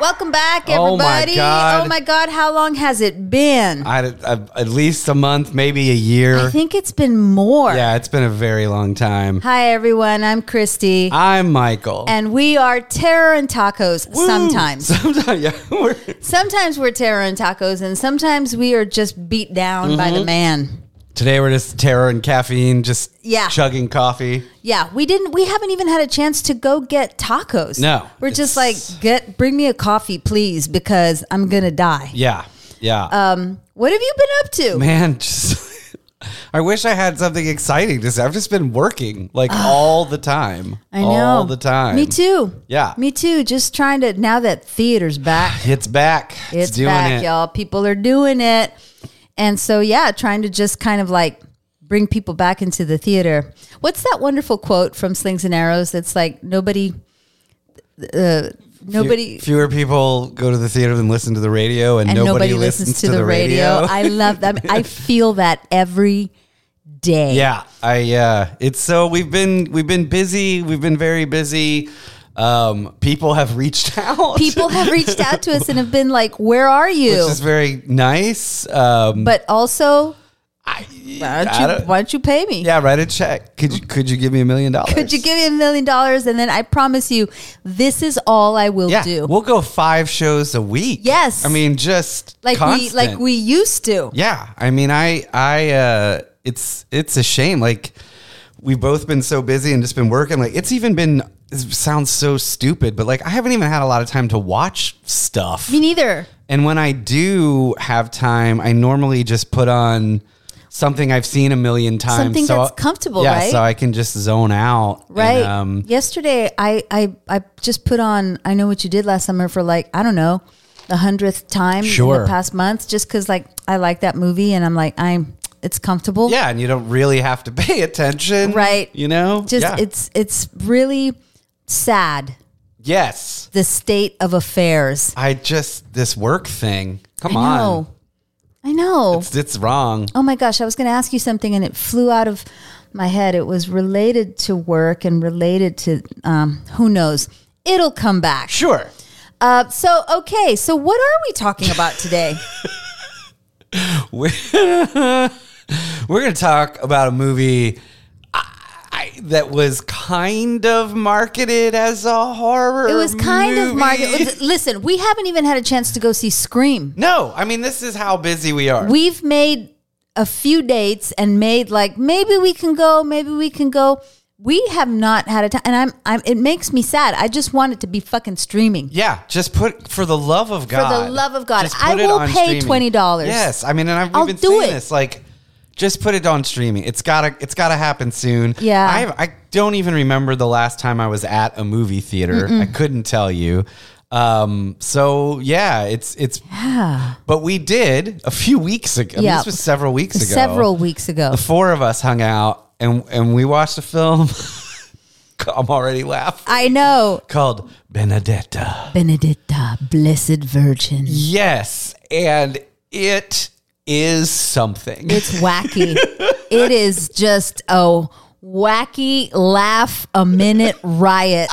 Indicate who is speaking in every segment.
Speaker 1: Welcome back, everybody.
Speaker 2: Oh, my God.
Speaker 1: Oh my God, how long has it been? I,
Speaker 2: I, I- at least a month, maybe a year.
Speaker 1: think it's been more.
Speaker 2: yeah, it's been a very long time.
Speaker 1: Hi, everyone. I'm Christy.
Speaker 2: I'm Michael.
Speaker 1: and we are terror and tacos
Speaker 2: Woo!
Speaker 1: sometimes.
Speaker 2: sometimes, yeah, we're,
Speaker 1: Sometimes we're terror and tacos, and sometimes we are just beat down by
Speaker 2: Mm-hmm.
Speaker 1: the man.
Speaker 2: today we're just terror and caffeine, just
Speaker 1: Yeah.
Speaker 2: chugging coffee.
Speaker 1: Yeah, we didn't. We haven't even had a chance to go get tacos.
Speaker 2: No,
Speaker 1: we're just like
Speaker 2: it's-
Speaker 1: get bring me a coffee, please, because I'm gonna die.
Speaker 2: Yeah, yeah,
Speaker 1: Uh, What have you been up to?
Speaker 2: man. Just, I wish I had something exciting to say. I've just been working like all the time.
Speaker 1: I know
Speaker 2: all the time.
Speaker 1: Me too.
Speaker 2: Yeah.
Speaker 1: me too. Just trying to now that theater's back.
Speaker 2: It's back.
Speaker 1: It's, back, y'all. People are doing it. And so, yeah, trying to just kind of like bring people back into the theater. What's that wonderful quote from Slings and Arrows that's like, nobody, uh,
Speaker 2: Few-
Speaker 1: nobody,
Speaker 2: fewer people go to the theater than listen to the radio, and,
Speaker 1: and nobody, listens, to, the radio. I love that. I feel that every day.
Speaker 2: Yeah, I uh it's so we've been we've been busy, we've been very busy. Um people have reached out.
Speaker 1: People have reached out to us and have been like, where are
Speaker 2: which
Speaker 1: you?
Speaker 2: is very nice. Um
Speaker 1: But also,
Speaker 2: I,
Speaker 1: why
Speaker 2: I
Speaker 1: don't you,
Speaker 2: don't-
Speaker 1: why don't you pay me?
Speaker 2: Yeah, write a check. Could you could you give me a million dollars?
Speaker 1: Could you give me a million dollars? And then I promise you, this is all I will
Speaker 2: yeah,
Speaker 1: do.
Speaker 2: We'll go 5 shows a week.
Speaker 1: Yes.
Speaker 2: I mean just
Speaker 1: like
Speaker 2: constant.
Speaker 1: we like we used to.
Speaker 2: Yeah, I mean, I, I, uh, it's, it's a shame. Like we've both been so busy and just been working. Like it's even been. It sounds so stupid, but like I haven't even had a lot of time to watch stuff.
Speaker 1: Me neither.
Speaker 2: And when I do have time, I normally just put on something I've seen a million times.
Speaker 1: Something
Speaker 2: so
Speaker 1: that's comfortable,
Speaker 2: yeah,
Speaker 1: right?
Speaker 2: So I can just zone out. and,
Speaker 1: Right.
Speaker 2: um,
Speaker 1: Yesterday, I, I I just put on I know what you did last summer for like I don't know the hundredth time in
Speaker 2: Sure.
Speaker 1: the past month, just because like I like that movie and I'm like I'm it's comfortable.
Speaker 2: yeah, and you don't really have to pay attention,
Speaker 1: Right.
Speaker 2: You know,
Speaker 1: Just
Speaker 2: Yeah.
Speaker 1: it's it's really sad
Speaker 2: yes.
Speaker 1: the state of affairs.
Speaker 2: I just this work thing. Come
Speaker 1: I
Speaker 2: on,
Speaker 1: know. I know.
Speaker 2: it's, it's wrong.
Speaker 1: Oh my gosh, I was going to ask you something and it flew out of my head. It was related to work and related to um, who knows. It'll come back.
Speaker 2: Sure.
Speaker 1: Uh, so, okay, so what are we talking about today?
Speaker 2: We're, we're going to talk about a movie I, I, that was kind of marketed as a horror.
Speaker 1: It was kind of
Speaker 2: movie.
Speaker 1: market. Listen, we haven't even had a chance to go see Scream.
Speaker 2: No, I mean, this is how busy we are.
Speaker 1: We've made a few dates and made like maybe we can go, maybe we can go. We have not had a time, and I'm, I'm. It makes me sad. I just want it to be fucking streaming.
Speaker 2: yeah, just put for the love of God.
Speaker 1: love of God.
Speaker 2: just
Speaker 1: I
Speaker 2: put it
Speaker 1: will
Speaker 2: on
Speaker 1: pay $20.
Speaker 2: Yes, I mean, and I've
Speaker 1: I'll
Speaker 2: we've been
Speaker 1: do
Speaker 2: saying
Speaker 1: it.
Speaker 2: this like, just put it on streaming. It's gotta, it's gotta happen soon.
Speaker 1: Yeah.
Speaker 2: I, I don't even remember the last time I was at a movie theater. I couldn't tell you. Um, so yeah, it's it's
Speaker 1: Ah,
Speaker 2: But we did a few weeks ago. I mean,
Speaker 1: Yeah.
Speaker 2: this was several weeks ago.
Speaker 1: several weeks ago.
Speaker 2: The four of us hung out and and we watched a film. I'm already laughing.
Speaker 1: I know.
Speaker 2: Called Benedetta.
Speaker 1: Benedicta, Blessed Virgin.
Speaker 2: Yes, and it is something.
Speaker 1: It's wacky. it is just a wacky laugh a minute riot.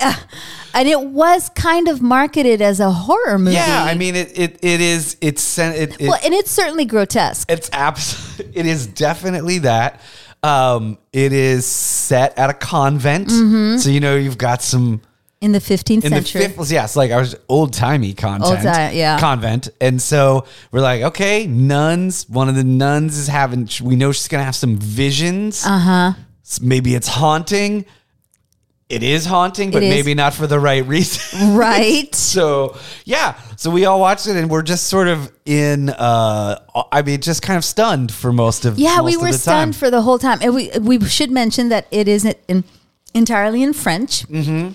Speaker 1: Ah, and it was kind of marketed as a horror movie.
Speaker 2: yeah, I mean it. It, it is. It's sen- it, it,
Speaker 1: well, and it's certainly grotesque.
Speaker 2: It's abs- It is definitely that. Um, it is set at a convent,
Speaker 1: Mm-hmm.
Speaker 2: so you know you've got some
Speaker 1: In the 15th
Speaker 2: in
Speaker 1: century.
Speaker 2: the fifth, yes, like I was old timey content,
Speaker 1: Old-time- yeah.
Speaker 2: convent, and so we're like, okay, nuns. One of the nuns is having. We know she's gonna have some visions. Uh huh.
Speaker 1: Uh-huh.
Speaker 2: Maybe it's haunting. It is haunting, but
Speaker 1: It is.
Speaker 2: maybe not for the right reason.
Speaker 1: right?
Speaker 2: so yeah, so we all watched it, and we're just sort of in. uh I mean, just kind of stunned for most of.
Speaker 1: Yeah,
Speaker 2: most
Speaker 1: we
Speaker 2: of
Speaker 1: were
Speaker 2: the time.
Speaker 1: stunned for the whole time. And we, we should mention that it isn't in, entirely in French. Mm-hmm.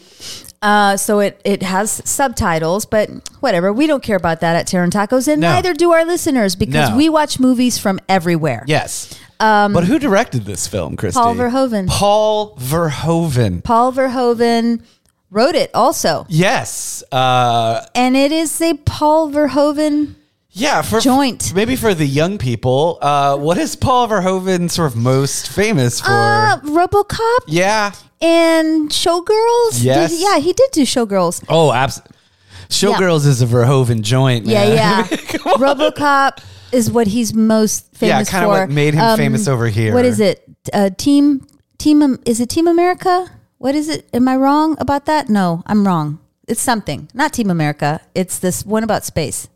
Speaker 1: Uh, so it, it has subtitles, but whatever. We don't care about that at Terran Tacos, and
Speaker 2: No.
Speaker 1: neither do our listeners because
Speaker 2: No.
Speaker 1: we watch movies from everywhere.
Speaker 2: Yes. but who directed this film, Christy?
Speaker 1: Um, Paul Verhoeven.
Speaker 2: Paul Verhoeven.
Speaker 1: Paul Verhoeven wrote it also,
Speaker 2: Yes. Uh,
Speaker 1: and it is a Paul Verhoeven.
Speaker 2: yeah. For
Speaker 1: Joint.
Speaker 2: maybe for the young people. Uh, what is Paul Verhoeven sort of most famous for?
Speaker 1: Uh, RoboCop
Speaker 2: yeah.
Speaker 1: and Showgirls. Did-
Speaker 2: Yes.
Speaker 1: yeah, he did do Showgirls.
Speaker 2: Oh, abs. Showgirls is a Verhoeven joint.
Speaker 1: Yeah,
Speaker 2: man.
Speaker 1: yeah. RoboCop is what he's most
Speaker 2: Yeah,
Speaker 1: famous
Speaker 2: kinda
Speaker 1: for. Um,
Speaker 2: what made him famous over here.
Speaker 1: What is it? Uh, team Team Am- is it Team America? What is it? Am I wrong about that? No, I'm wrong. It's something. Not Team America. It's this one about space.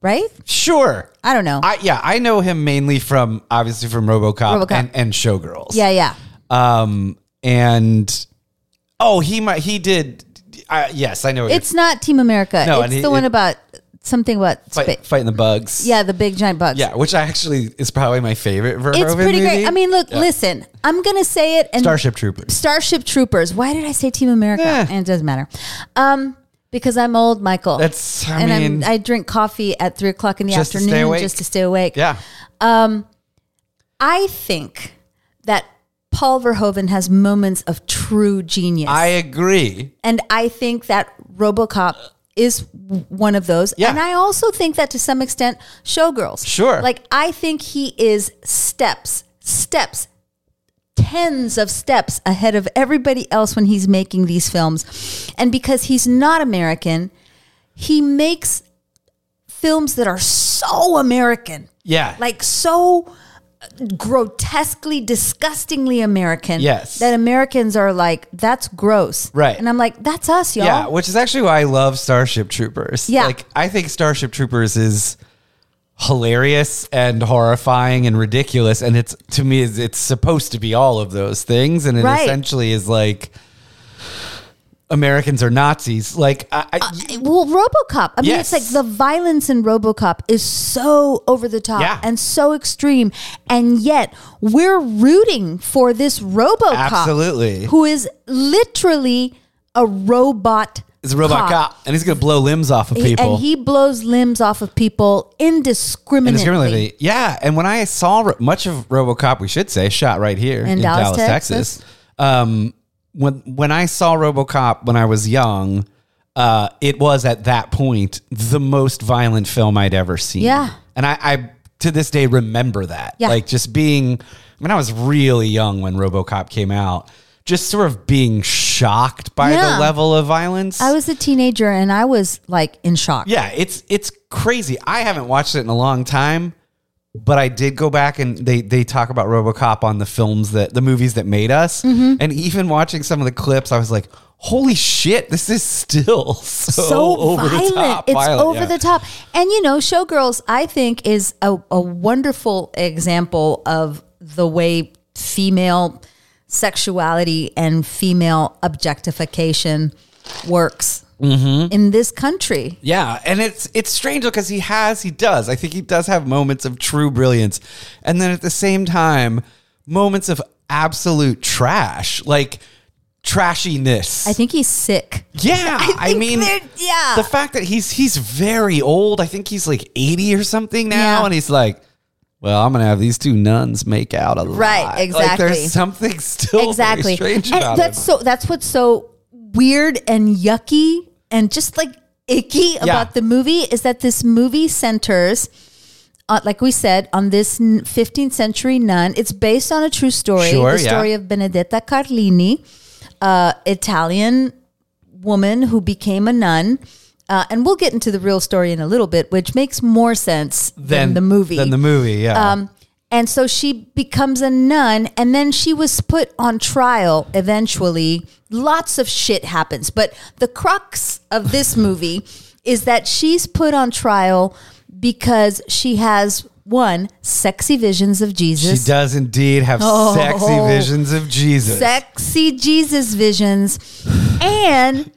Speaker 1: Right?
Speaker 2: Sure.
Speaker 1: I don't know.
Speaker 2: I yeah, I know him mainly from obviously from RoboCop,
Speaker 1: RoboCop.
Speaker 2: And, and Showgirls.
Speaker 1: yeah, yeah.
Speaker 2: Um and oh, he might he did I yes, I know what you're-
Speaker 1: It's not Team America.
Speaker 2: No,
Speaker 1: it's
Speaker 2: and he-
Speaker 1: the one
Speaker 2: it-
Speaker 1: about something about
Speaker 2: fight,
Speaker 1: space.
Speaker 2: fighting the bugs.
Speaker 1: Yeah, the big giant bugs.
Speaker 2: Yeah, which I actually is probably my favorite Verhoeven
Speaker 1: It's pretty
Speaker 2: movie.
Speaker 1: great. I mean, look, listen. I'm gonna say it and
Speaker 2: Starship Troopers.
Speaker 1: Starship Troopers. Why did I say Team America?
Speaker 2: Yeah.
Speaker 1: And it doesn't matter. Um, because I'm old, Michael.
Speaker 2: That's- I
Speaker 1: and
Speaker 2: mean-
Speaker 1: I'm, I drink coffee at three o'clock in the
Speaker 2: Just to stay
Speaker 1: afternoon
Speaker 2: awake.
Speaker 1: just to stay awake.
Speaker 2: Yeah.
Speaker 1: I think that Paul Verhoeven has moments of true genius,
Speaker 2: I agree.
Speaker 1: and I think that RoboCop is w- one of those.
Speaker 2: Yeah.
Speaker 1: And I also think that to some extent, Showgirls.
Speaker 2: Sure.
Speaker 1: Like I think he is steps, steps, tens of steps ahead of everybody else when he's making these films. And because he's not American, he makes films that are so American,
Speaker 2: Yeah.
Speaker 1: like so grotesquely, disgustingly American.
Speaker 2: Yes.
Speaker 1: That Americans are like, that's gross.
Speaker 2: Right.
Speaker 1: And I'm like, that's us, y'all.
Speaker 2: Yeah, which is actually why I love Starship Troopers.
Speaker 1: Yeah.
Speaker 2: Like I think Starship Troopers is hilarious and horrifying and ridiculous and it's to me is it's supposed to be all of those things and it
Speaker 1: Right.
Speaker 2: essentially is like Americans are Nazis. Like I,
Speaker 1: Uh,
Speaker 2: I-
Speaker 1: Well, RoboCop. I mean, it's like
Speaker 2: Yes.
Speaker 1: the violence in RoboCop is so over the top
Speaker 2: Yeah.
Speaker 1: and so extreme, and yet we're rooting for this RoboCop,
Speaker 2: Absolutely.
Speaker 1: who is literally a robot.
Speaker 2: it's a robot cop. and he's gonna blow limbs off of
Speaker 1: He-
Speaker 2: people.
Speaker 1: and he blows limbs off of people indiscriminately.
Speaker 2: Indiscriminately. Yeah. And when I saw Ro- much of RoboCop, we should say, shot right here in,
Speaker 1: Dallas,
Speaker 2: Dallas,
Speaker 1: Texas.
Speaker 2: Texas. Um, when when I saw RoboCop when I was young, uh, it was at that point the most violent film I'd ever seen.
Speaker 1: Yeah.
Speaker 2: And I, I to this day remember that.
Speaker 1: Yeah.
Speaker 2: Like just being I mean, I was really young when RoboCop came out. Just sort of being shocked by
Speaker 1: Yeah.
Speaker 2: the level of violence.
Speaker 1: I was a teenager and I was like in shock.
Speaker 2: Yeah, it's it's crazy. I haven't watched it in a long time, but I did go back and they they talk about RoboCop on the films that the movies that made us,
Speaker 1: Mm-hmm.
Speaker 2: and even watching some of the clips, I was like, "Holy shit, this is still so,
Speaker 1: so
Speaker 2: Oh, over
Speaker 1: violent.
Speaker 2: the top."
Speaker 1: It's
Speaker 2: violent,
Speaker 1: over
Speaker 2: yeah.
Speaker 1: the top. And you know, Showgirls, I think, is a, a wonderful example of the way female sexuality and female objectification works
Speaker 2: Mm-hmm.
Speaker 1: in this country.
Speaker 2: Yeah, and it's it's strange because he has he does. I think he does have moments of true brilliance, and then at the same time, moments of absolute trash, like trashiness.
Speaker 1: I think he's sick.
Speaker 2: Yeah, I,
Speaker 1: think
Speaker 2: mean,
Speaker 1: they're- yeah.
Speaker 2: the fact that he's he's very old. I think he's like eighty or something now,
Speaker 1: Yeah.
Speaker 2: and he's like, "Well, I'm gonna have these two nuns make out a lot."
Speaker 1: Right,
Speaker 2: Like,
Speaker 1: exactly.
Speaker 2: there's something still very
Speaker 1: exactly.
Speaker 2: strange
Speaker 1: and
Speaker 2: about
Speaker 1: that's so
Speaker 2: him.
Speaker 1: that's what's so weird and yucky and just like icky about the movie is that this movie centers uh, like we said on this n- 15th century nun it's based on a true story
Speaker 2: Sure,
Speaker 1: the
Speaker 2: yeah.
Speaker 1: story of benedetta carlini uh, italian woman who became a nun uh, and we'll get into the real story in a little bit which makes more sense than, the movie Um,
Speaker 2: Than the movie, yeah.
Speaker 1: and so she becomes a nun, and then she was put on trial eventually. Lots of shit happens. But the crux of this movie is that she's put on trial because she has one, sexy visions of
Speaker 2: she
Speaker 1: Jesus.
Speaker 2: does indeed have
Speaker 1: Oh.
Speaker 2: sexy visions of Jesus.
Speaker 1: Sexy Jesus visions. And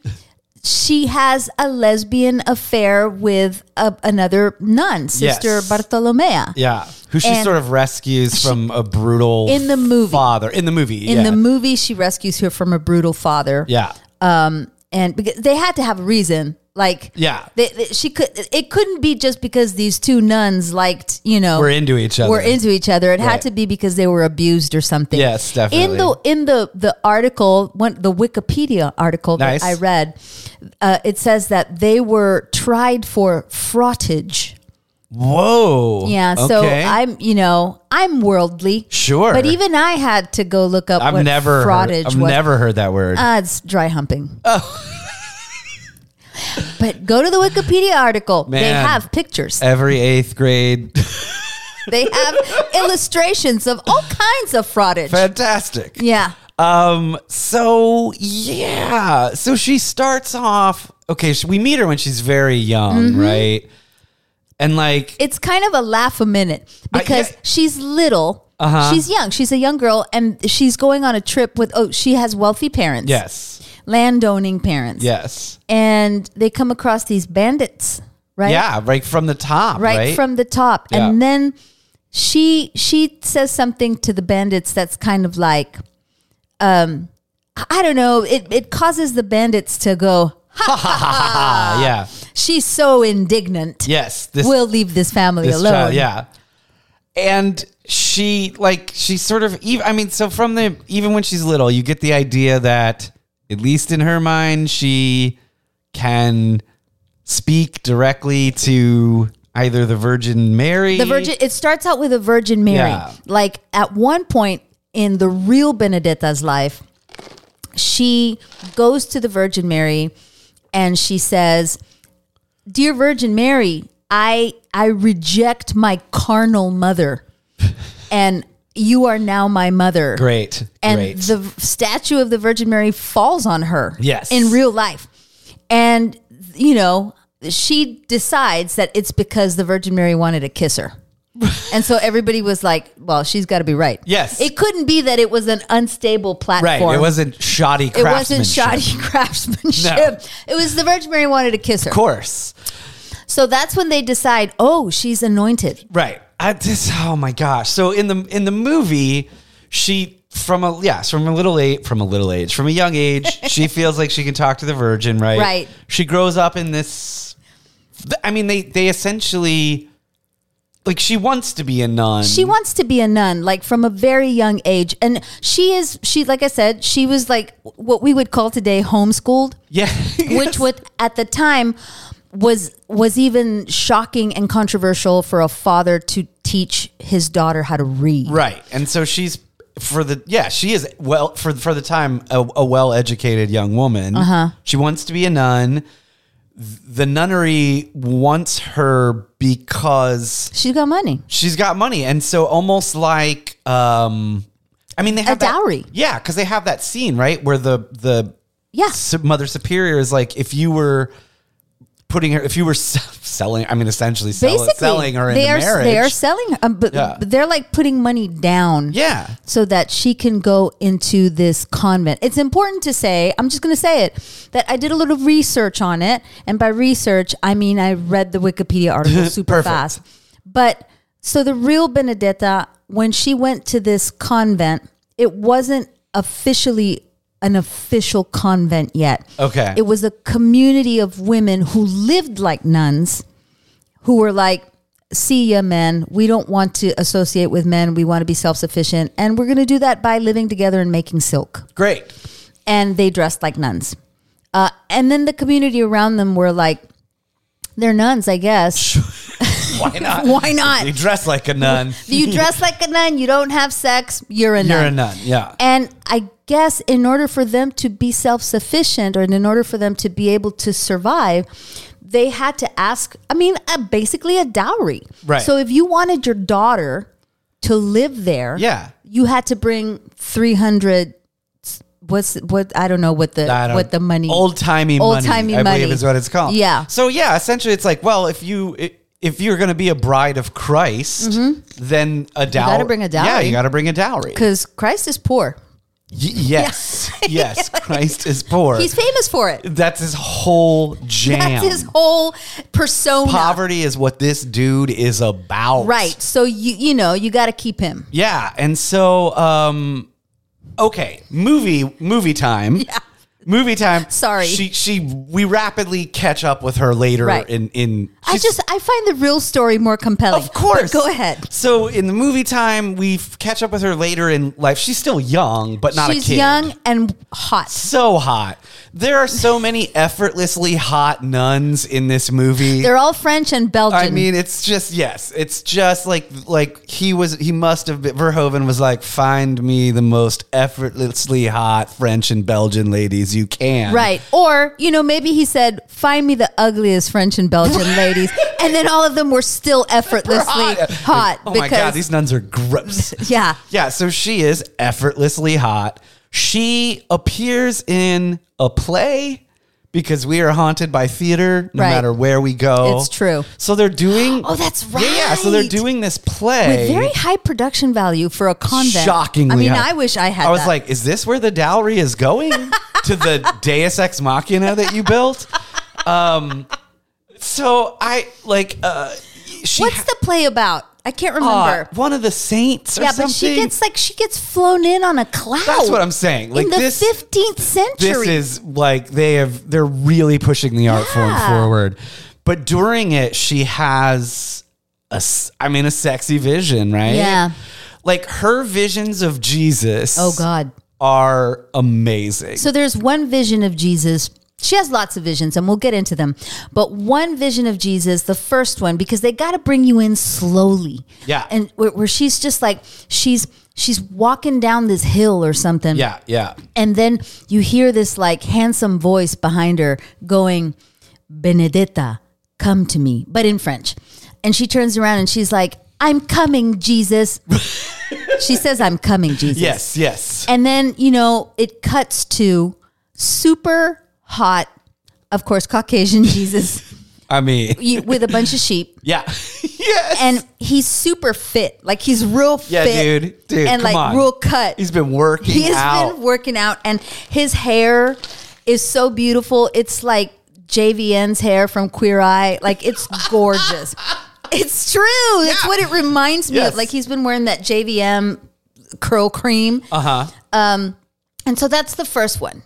Speaker 1: she has a lesbian affair with a, another nun, Sister
Speaker 2: Yes.
Speaker 1: Bartolomea.
Speaker 2: yeah, who she
Speaker 1: And-
Speaker 2: sort of rescues from a brutal
Speaker 1: In the movie.
Speaker 2: father in the movie
Speaker 1: In
Speaker 2: yeah.
Speaker 1: the movie, she rescues her from a brutal father.
Speaker 2: yeah.
Speaker 1: and because they had to have a reason like
Speaker 2: Yeah.
Speaker 1: they, they- she could it couldn't be just because these two nuns liked you know
Speaker 2: We're into each other.
Speaker 1: were into each other it had
Speaker 2: Right.
Speaker 1: to be because they were abused or something
Speaker 2: Yes,
Speaker 1: in the in the the article one the wikipedia article
Speaker 2: Nice.
Speaker 1: that i read uh, it says that they were tried for fraughtage
Speaker 2: Whoa.
Speaker 1: yeah so
Speaker 2: Okay.
Speaker 1: i'm you know i'm worldly
Speaker 2: Sure.
Speaker 1: but even i had to go look up
Speaker 2: I've
Speaker 1: what
Speaker 2: never heard,
Speaker 1: fraughtage
Speaker 2: I've
Speaker 1: was
Speaker 2: never heard that word.
Speaker 1: uh, it's dry humping. Oh. But go to the Wikipedia article. They
Speaker 2: Man.
Speaker 1: have pictures.
Speaker 2: Every eighth grade.
Speaker 1: They have illustrations of all kinds of fraudage.
Speaker 2: Fantastic.
Speaker 1: yeah.
Speaker 2: Um. So yeah. So she starts off. Okay. sh we meet her when she's very young, right? And like,
Speaker 1: Mm-hmm. It's kind of a laugh a minute
Speaker 2: I-
Speaker 1: because
Speaker 2: yeah.
Speaker 1: she's little.
Speaker 2: Uh-huh.
Speaker 1: She's young. She's a young girl and she's going on a trip with oh, she has wealthy parents.
Speaker 2: yes,
Speaker 1: Landowning parents.
Speaker 2: yes,
Speaker 1: And they come across these bandits, right?
Speaker 2: yeah, right from the top,
Speaker 1: right,
Speaker 2: right,
Speaker 1: from the top
Speaker 2: Yeah.
Speaker 1: and then she she says something to the bandits that's kind of like um i I don't know it, it causes the bandits to go
Speaker 2: ah, yeah,
Speaker 1: she's so indignant
Speaker 2: yes. This,
Speaker 1: we'll leave this family
Speaker 2: this
Speaker 1: alone
Speaker 2: child, yeah. And she like she sort of even. I mean, so from the even when she's little, you get the idea that at least in her mind, she can speak directly to either the Virgin Mary,
Speaker 1: the virgin it starts out with a virgin mary
Speaker 2: Yeah.
Speaker 1: like at one point in the real benedetta's life she goes to the virgin mary and she says dear virgin mary i i reject my carnal mother and you are now my mother
Speaker 2: Great.
Speaker 1: and
Speaker 2: great.
Speaker 1: the v- statue of the Virgin Mary falls on her.
Speaker 2: Yes.
Speaker 1: in real life, and you know she decides that it's because the Virgin Mary wanted to kiss her, and so everybody was like, "Well, she's got to be right."
Speaker 2: Yes.
Speaker 1: it couldn't be that it was an unstable
Speaker 2: right.
Speaker 1: platform.
Speaker 2: It wasn't shoddy
Speaker 1: It
Speaker 2: craftsmanship.
Speaker 1: wasn't shoddy craftsmanship. It was the Virgin Mary wanted to kiss her.
Speaker 2: Of course.
Speaker 1: So that's when they decide, oh, she's anointed.
Speaker 2: Right. I just oh my gosh. So in the in the movie, she from a yes, from a little age from a little age, from a young age, she feels like she can talk to the virgin, right?
Speaker 1: Right.
Speaker 2: She grows up in this th- I mean they they essentially like she wants to be a nun.
Speaker 1: she wants to be a nun like from a very young age and she is she like i said she was like what we would call today homeschooled
Speaker 2: yeah.
Speaker 1: which would at the time was was even shocking and controversial for a father to teach his daughter how to read
Speaker 2: Right. And so she's for the yeah, she is well for for the time a, a well-educated young woman. Uh-huh. She wants to be a nun. The nunnery wants her because
Speaker 1: she's got money
Speaker 2: she's got money and so almost like um I mean they have that-
Speaker 1: dowry.
Speaker 2: yeah, cuz they have that scene, right, where the the
Speaker 1: yeah
Speaker 2: Su- mother superior is like if you were putting her if you were s- selling I mean essentially sell,
Speaker 1: basically
Speaker 2: selling her into
Speaker 1: they are
Speaker 2: marriage.
Speaker 1: they are selling um, but,
Speaker 2: Yeah.
Speaker 1: but they're like putting money down
Speaker 2: yeah.
Speaker 1: so that she can go into this convent. It's important to say, I'm just going to say it, that I did a little research on it. And by research, I mean I read the Wikipedia article super
Speaker 2: Perfect.
Speaker 1: fast. But so the real Benedetta, when she went to this convent, it wasn't officially an official convent yet.
Speaker 2: Okay.
Speaker 1: It was a community of women who lived like nuns who were like, see ya, men. We don't want to associate with men. We want to be self sufficient. And we're going to do that by living together and making silk.
Speaker 2: Great.
Speaker 1: And they dressed like nuns. Uh, and then the community around them were like, they're nuns, I guess.
Speaker 2: Why not?
Speaker 1: Why not?
Speaker 2: You dress like a nun.
Speaker 1: You dress like a nun, you don't have sex, you're a
Speaker 2: You're
Speaker 1: nun.
Speaker 2: a nun. Yeah.
Speaker 1: And I guess in order for them to be self sufficient or in order for them to be able to survive, they had to ask, I mean, uh, basically a dowry.
Speaker 2: Right.
Speaker 1: So if you wanted your daughter to live there,
Speaker 2: Yeah.
Speaker 1: you had to bring 300. What's what I don't know what the
Speaker 2: I don't-
Speaker 1: what the money
Speaker 2: Old timey uh, money.
Speaker 1: Old-timey
Speaker 2: I
Speaker 1: money.
Speaker 2: believe is what it's called.
Speaker 1: Yeah.
Speaker 2: So yeah, essentially it's like, well, if you i- if you're going to be a bride of Christ, then a dowry.
Speaker 1: Mm-hmm. gotta bring a
Speaker 2: Yeah,
Speaker 1: dowry.
Speaker 2: you got to bring a dowry. Y-
Speaker 1: because Christ is poor.
Speaker 2: yes. yes, Christ is poor.
Speaker 1: He's famous for it.
Speaker 2: That's his whole jam.
Speaker 1: That's his whole persona.
Speaker 2: Poverty is what this dude is about.
Speaker 1: Right. So you you know, you got to keep him.
Speaker 2: Yeah, and so um okay, movie movie time.
Speaker 1: Yeah.
Speaker 2: Movie time.
Speaker 1: Sorry.
Speaker 2: She she we rapidly catch up with her later
Speaker 1: Right.
Speaker 2: in in
Speaker 1: I just I find the real story more compelling.
Speaker 2: Of course.
Speaker 1: But go ahead.
Speaker 2: So in the movie time, we f- catch up with her later in life. She's still young, but not a
Speaker 1: She's
Speaker 2: kid.
Speaker 1: young and hot.
Speaker 2: So hot. There are so many effortlessly hot nuns in this movie.
Speaker 1: They're all French and Belgian.
Speaker 2: I mean, it's just yes, it's just like like he was he must have been, Verhoeven was like find me the most effortlessly hot French and Belgian ladies you can.
Speaker 1: Right. Or, you know, maybe he said, find me the ugliest French and Belgian ladies. And then all of them were still effortlessly hot.
Speaker 2: Oh
Speaker 1: because,
Speaker 2: my god, these nuns are gross.
Speaker 1: yeah.
Speaker 2: Yeah, so she is effortlessly hot. She appears in a play because we are haunted by theater no
Speaker 1: Right.
Speaker 2: matter where we go.
Speaker 1: It's true.
Speaker 2: So they're doing
Speaker 1: Oh, that's
Speaker 2: Yeah, yeah, so they're
Speaker 1: right.
Speaker 2: doing this play.
Speaker 1: With very high production value for a convent.
Speaker 2: Shockingly,
Speaker 1: I mean,
Speaker 2: high.
Speaker 1: I wish I had
Speaker 2: I was
Speaker 1: that.
Speaker 2: like, is this where the dowry is going to the Deus Ex Machina that you built? Um, so I like uh, she
Speaker 1: What's
Speaker 2: ha-
Speaker 1: the play about? I can't
Speaker 2: uh,
Speaker 1: remember.
Speaker 2: one of the saints or
Speaker 1: yeah,
Speaker 2: something.
Speaker 1: but she gets like she gets flown in on a cloud.
Speaker 2: That's what I'm saying. Like
Speaker 1: in the
Speaker 2: this
Speaker 1: 15th century.
Speaker 2: this is like they have they're really pushing the art
Speaker 1: Yeah.
Speaker 2: form forward but during it she has a s- i mean a sexy vision right
Speaker 1: Yeah.
Speaker 2: like her visions of jesus
Speaker 1: oh God.
Speaker 2: are amazing
Speaker 1: So there's one vision of Jesus. She has lots of visions, and we'll get into them. But one vision of Jesus, the first one, because they got to bring you in slowly.
Speaker 2: Yeah.
Speaker 1: and where, where she's just like she's she's walking down this hill or something.
Speaker 2: yeah yeah
Speaker 1: and then you hear this like handsome voice behind her going, "Benedetta, come to me," but in French. And she turns around and she's like, "I'm coming, Jesus." she says, "I'm coming, Jesus."
Speaker 2: yes yes
Speaker 1: And then, you know, it cuts to super hot, of course, Caucasian Jesus
Speaker 2: i mean
Speaker 1: you- with a bunch of sheep.
Speaker 2: yeah yes
Speaker 1: And he's super fit. Like he's real
Speaker 2: yeah
Speaker 1: fit.
Speaker 2: dude dude
Speaker 1: and
Speaker 2: come
Speaker 1: like
Speaker 2: on.
Speaker 1: real cut.
Speaker 2: he's been working
Speaker 1: He has
Speaker 2: out
Speaker 1: been working out and his hair is so beautiful. It's like JVN's hair from Queer Eye. Like it's gorgeous. it's true. That's
Speaker 2: Yeah.
Speaker 1: what it reminds me
Speaker 2: Yes.
Speaker 1: of. Like he's been wearing that JVM curl cream. Um,
Speaker 2: uh-huh
Speaker 1: And so that's the first one.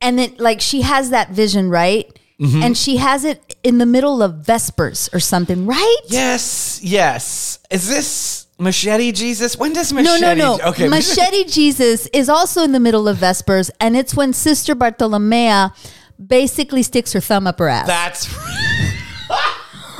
Speaker 1: And then like she has that vision, right?
Speaker 2: Mm-hmm.
Speaker 1: And she has it in the middle of Vespers or something, right?
Speaker 2: yes yes is this machete jesus when does
Speaker 1: No,
Speaker 2: machete
Speaker 1: no, no.
Speaker 2: okay
Speaker 1: Machete Jesus is also in the middle of Vespers, and it's when Sister Bartolomea basically sticks her thumb up her ass.
Speaker 2: that's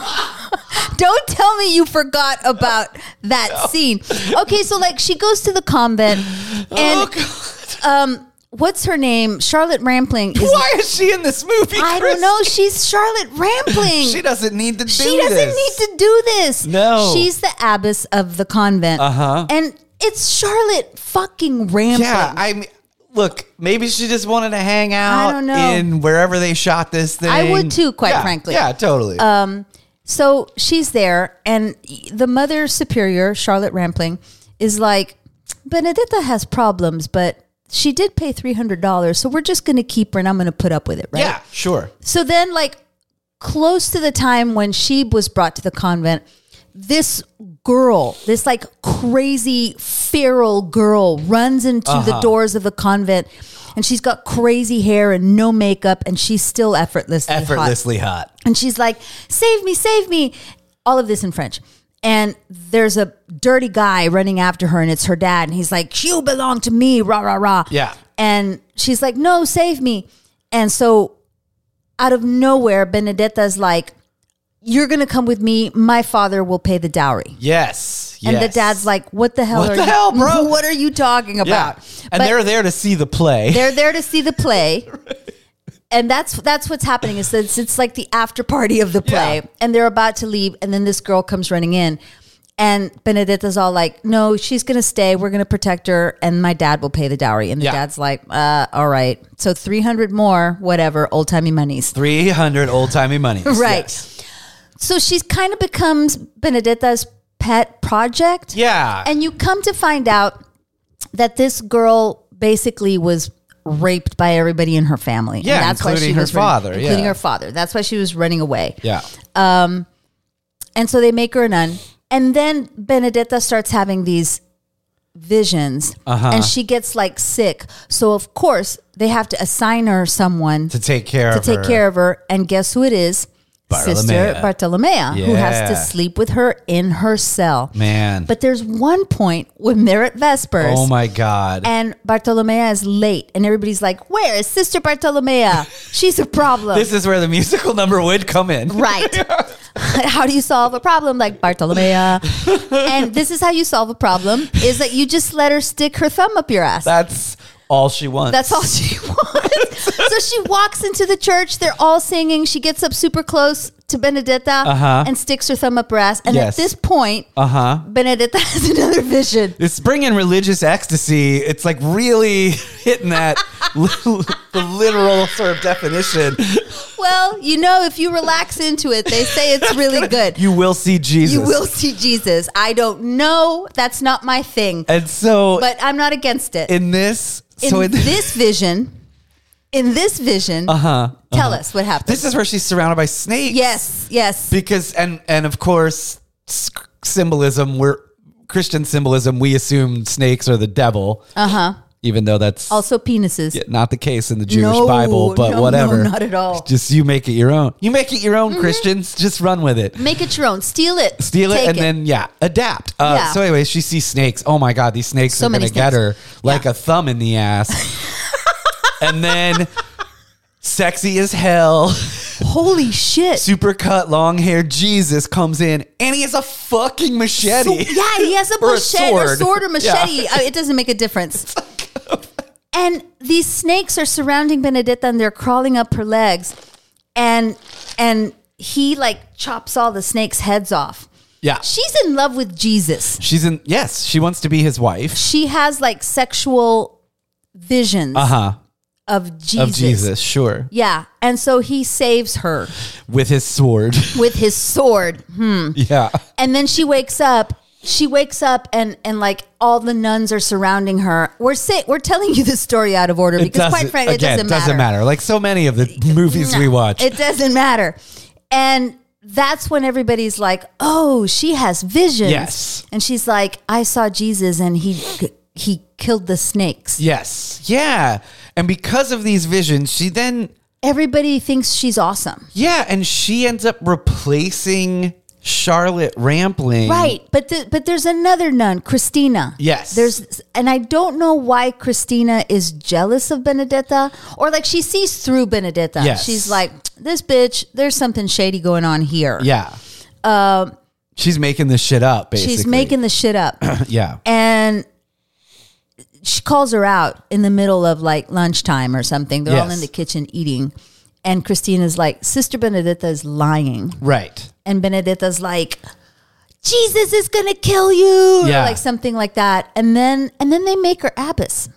Speaker 1: Don't tell me you forgot about that scene. Okay, so like she goes to the convent, and
Speaker 2: oh, God.
Speaker 1: um, what's her name? Charlotte Rampling is.
Speaker 2: Why is she in this movie?
Speaker 1: I
Speaker 2: Chris?
Speaker 1: don't know. She's Charlotte Rampling.
Speaker 2: She doesn't need to do
Speaker 1: she doesn't
Speaker 2: this.
Speaker 1: need to do this.
Speaker 2: No.
Speaker 1: she's the abbess of the convent, uh-huh. and it's Charlotte fucking Rampling.
Speaker 2: Yeah, I mean, look, maybe she just wanted to hang out
Speaker 1: don't know.
Speaker 2: in wherever they shot this thing.
Speaker 1: I would too, quite
Speaker 2: Yeah,
Speaker 1: frankly. Uh,
Speaker 2: Yeah, totally.
Speaker 1: So she's there, and the mother superior, Charlotte Rampling, is like, Benedetta has problems, but she did pay $300, so we're just going to keep her and I'm going to put up with it, right?
Speaker 2: Yeah, sure.
Speaker 1: So then, like, close to the time when she was brought to the convent, this girl, this like crazy feral girl, runs into
Speaker 2: Uh-huh.
Speaker 1: the doors of the convent, and she's got crazy hair and no makeup, and she's still effortlessly hot.
Speaker 2: Effortlessly hot.
Speaker 1: And she's like, save me, save me. All of this in French. And there's a dirty guy running after her, and it's her dad. And he's like, you belong to me, rah, rah, rah.
Speaker 2: Yeah.
Speaker 1: And she's like, no, save me. And so out of nowhere, Benedetta's like, you're going to come with me. My father will pay the dowry.
Speaker 2: Yes.
Speaker 1: And the
Speaker 2: yes.
Speaker 1: dad's like, what the hell
Speaker 2: What
Speaker 1: are
Speaker 2: the
Speaker 1: you,
Speaker 2: hell, bro?
Speaker 1: What are you talking
Speaker 2: yeah.
Speaker 1: about?
Speaker 2: And
Speaker 1: But-
Speaker 2: they're there to see the play.
Speaker 1: they're there to see the play. And that's that's what's happening is that it's, it's like the after party of the play,
Speaker 2: Yeah.
Speaker 1: and they're about to leave, and then this girl comes running in, and Benedetta's all like, "No, she's gonna stay. We're gonna protect her, and my dad will pay the dowry." And the
Speaker 2: Yeah.
Speaker 1: dad's like, uh, "All right, so three hundred more, whatever, old timey monies."
Speaker 2: 300 old timey money.
Speaker 1: Right.
Speaker 2: Yes.
Speaker 1: So she's kind of becomes Benedetta's pet project.
Speaker 2: Yeah.
Speaker 1: And you come to find out that this girl basically was raped by everybody in her family.
Speaker 2: Yeah,
Speaker 1: and that's why she
Speaker 2: including her
Speaker 1: was running-
Speaker 2: father,
Speaker 1: including
Speaker 2: yeah.
Speaker 1: her father. That's why she was running away.
Speaker 2: yeah.
Speaker 1: And so they make her a nun. And then Benedetta starts having these visions
Speaker 2: Uh-huh.
Speaker 1: and she gets like sick. So of course they have to assign her someone
Speaker 2: To take care
Speaker 1: to
Speaker 2: of
Speaker 1: take
Speaker 2: her.
Speaker 1: care of her. And guess who it is? sister
Speaker 2: Bartolomea.
Speaker 1: Bartolomea, who has to
Speaker 2: Yeah.
Speaker 1: sleep with her in her cell.
Speaker 2: Man.
Speaker 1: But there's one point when they're at Vespers.
Speaker 2: oh my God.
Speaker 1: and Bartolomea is late, and everybody's like, "Where is Sister Bartolomea? She's a problem."
Speaker 2: this is where the musical number would come in.
Speaker 1: Right. how do you solve a problem like Bartolomea? and this is how you solve a problem is that you just let her stick her thumb up your ass.
Speaker 2: That's all she wants.
Speaker 1: That's all she wants. so she walks into the church. They're all singing. She gets up super close to Benedetta and sticks her thumb up her ass. And
Speaker 2: Uh-huh. Yes.
Speaker 1: at this point,
Speaker 2: Uh huh.
Speaker 1: Benedetta has another vision.
Speaker 2: It's bringing religious ecstasy. It's like really hitting that li- the literal sort of definition.
Speaker 1: Well, you know, if you relax into it, they say it's really good.
Speaker 2: You will see Jesus.
Speaker 1: You will see Jesus. I don't know. That's not my thing.
Speaker 2: And so
Speaker 1: But I'm not against it.
Speaker 2: in this,
Speaker 1: in
Speaker 2: so in this,
Speaker 1: this vision, in this vision, uh-huh, tell us what happened.
Speaker 2: this is where she's surrounded by snakes.
Speaker 1: yes, yes,
Speaker 2: Because and and of course s- symbolism. We're Christian symbolism. We assume snakes are the devil. Uh huh. Even though that's
Speaker 1: uh-huh. also penises.
Speaker 2: not the case in the Jewish
Speaker 1: No,
Speaker 2: Bible, but
Speaker 1: no, no,
Speaker 2: whatever.
Speaker 1: not at all. Mm-hmm.
Speaker 2: Just you make it your own. You make it your own, Christians. Just run with it.
Speaker 1: Make it your own. Steal it.
Speaker 2: steal it
Speaker 1: Take
Speaker 2: and then yeah adapt uh,
Speaker 1: Yeah.
Speaker 2: so anyway she sees snakes oh my god these snakes
Speaker 1: So
Speaker 2: are
Speaker 1: many
Speaker 2: gonna get her
Speaker 1: snakes.
Speaker 2: like a thumb in the ass and then sexy as hell
Speaker 1: holy shit.
Speaker 2: super cut long hair jesus comes in and he has a fucking
Speaker 1: So-
Speaker 2: machete
Speaker 1: yeah, he has a
Speaker 2: Or a
Speaker 1: machete or
Speaker 2: sword.
Speaker 1: sword or
Speaker 2: Yeah.
Speaker 1: machete. Uh, it doesn't make a difference. and these snakes are surrounding Benedetta and they're crawling up her legs, and and he like chops all the snakes' heads off.
Speaker 2: yeah
Speaker 1: She's in love with Jesus.
Speaker 2: she's in yes she wants to be his wife
Speaker 1: she has like sexual visions
Speaker 2: uh-huh
Speaker 1: of Jesus.
Speaker 2: of jesus sure
Speaker 1: Yeah. And so he saves her
Speaker 2: with his sword
Speaker 1: with his sword.
Speaker 2: yeah
Speaker 1: And then she wakes up. She wakes up and and like all the nuns are surrounding her. We're say, we're telling you this story out of order because quite frankly
Speaker 2: again,
Speaker 1: it doesn't, matter.
Speaker 2: like so many of the movies we watch
Speaker 1: It doesn't matter. And that's when everybody's like, "Oh, she has visions."
Speaker 2: Yes.
Speaker 1: And she's like, "I saw Jesus and he he killed the snakes."
Speaker 2: yes yeah and because of these visions she then
Speaker 1: Everybody thinks she's awesome.
Speaker 2: Yeah, and she ends up replacing Charlotte Rampling.
Speaker 1: Right, but the, but there's another nun, Christina.
Speaker 2: Yes.
Speaker 1: There's and I don't know why Christina is jealous of Benedetta or like she sees through Benedetta.
Speaker 2: Yes.
Speaker 1: She's like, this bitch, there's something shady going on here.
Speaker 2: Yeah. Um, she's making this shit up. Basically,
Speaker 1: She's making the shit up.
Speaker 2: Yeah.
Speaker 1: and she calls her out in the middle of like lunchtime or something. They're all
Speaker 2: Yes.
Speaker 1: in the kitchen eating. And Christina's like, Sister Benedetta is lying.
Speaker 2: Right.
Speaker 1: and Benedetta's like, Jesus is gonna kill you,
Speaker 2: Yeah.
Speaker 1: or like something like that. And then and then they make her abbess.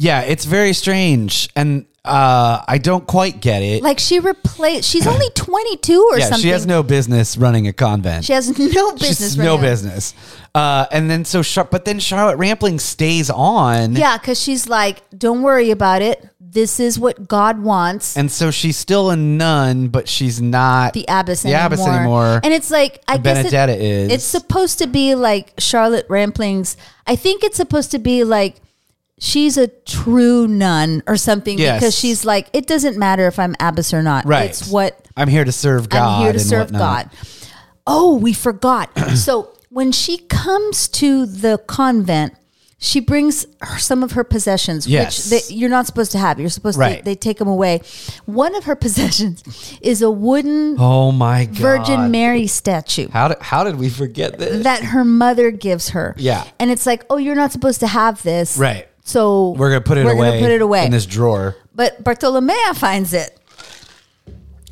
Speaker 2: Yeah, it's very strange, and uh, I don't quite get it.
Speaker 1: Like she replaced. She's only twenty two or
Speaker 2: yeah,
Speaker 1: something.
Speaker 2: she has no business running a convent.
Speaker 1: She has no
Speaker 2: She's
Speaker 1: business.
Speaker 2: no
Speaker 1: running a-
Speaker 2: business. Uh, and then so, Char- but then Charlotte Rampling stays on.
Speaker 1: Yeah, because she's like, don't worry about it. This is what God wants.
Speaker 2: And so she's still a nun, but she's not
Speaker 1: the abbess
Speaker 2: The
Speaker 1: anymore.
Speaker 2: abbess anymore.
Speaker 1: And it's like I guess it-
Speaker 2: Benedetta is.
Speaker 1: It's supposed to be like Charlotte Rampling's. I think it's supposed to be like she's a true nun or something
Speaker 2: Yes.
Speaker 1: because she's like it doesn't matter if I'm abbess or not.
Speaker 2: Right.
Speaker 1: It's what
Speaker 2: I'm here to serve God.
Speaker 1: I'm here to
Speaker 2: and
Speaker 1: serve
Speaker 2: whatnot.
Speaker 1: God. Oh, we forgot. so when she comes to the convent, she brings her, some of her possessions,
Speaker 2: Yes.
Speaker 1: which they, you're not supposed to have. You're supposed
Speaker 2: Right.
Speaker 1: to, they take them away. One of her possessions is a wooden
Speaker 2: Oh my God.
Speaker 1: Virgin Mary statue
Speaker 2: How did, how did we forget this?
Speaker 1: that her mother gives her.
Speaker 2: Yeah.
Speaker 1: And it's like, oh, you're not supposed to have this.
Speaker 2: Right.
Speaker 1: So
Speaker 2: We're gonna put it
Speaker 1: we're
Speaker 2: away.
Speaker 1: Gonna put it away.
Speaker 2: in this drawer.
Speaker 1: but Bartolomea finds it.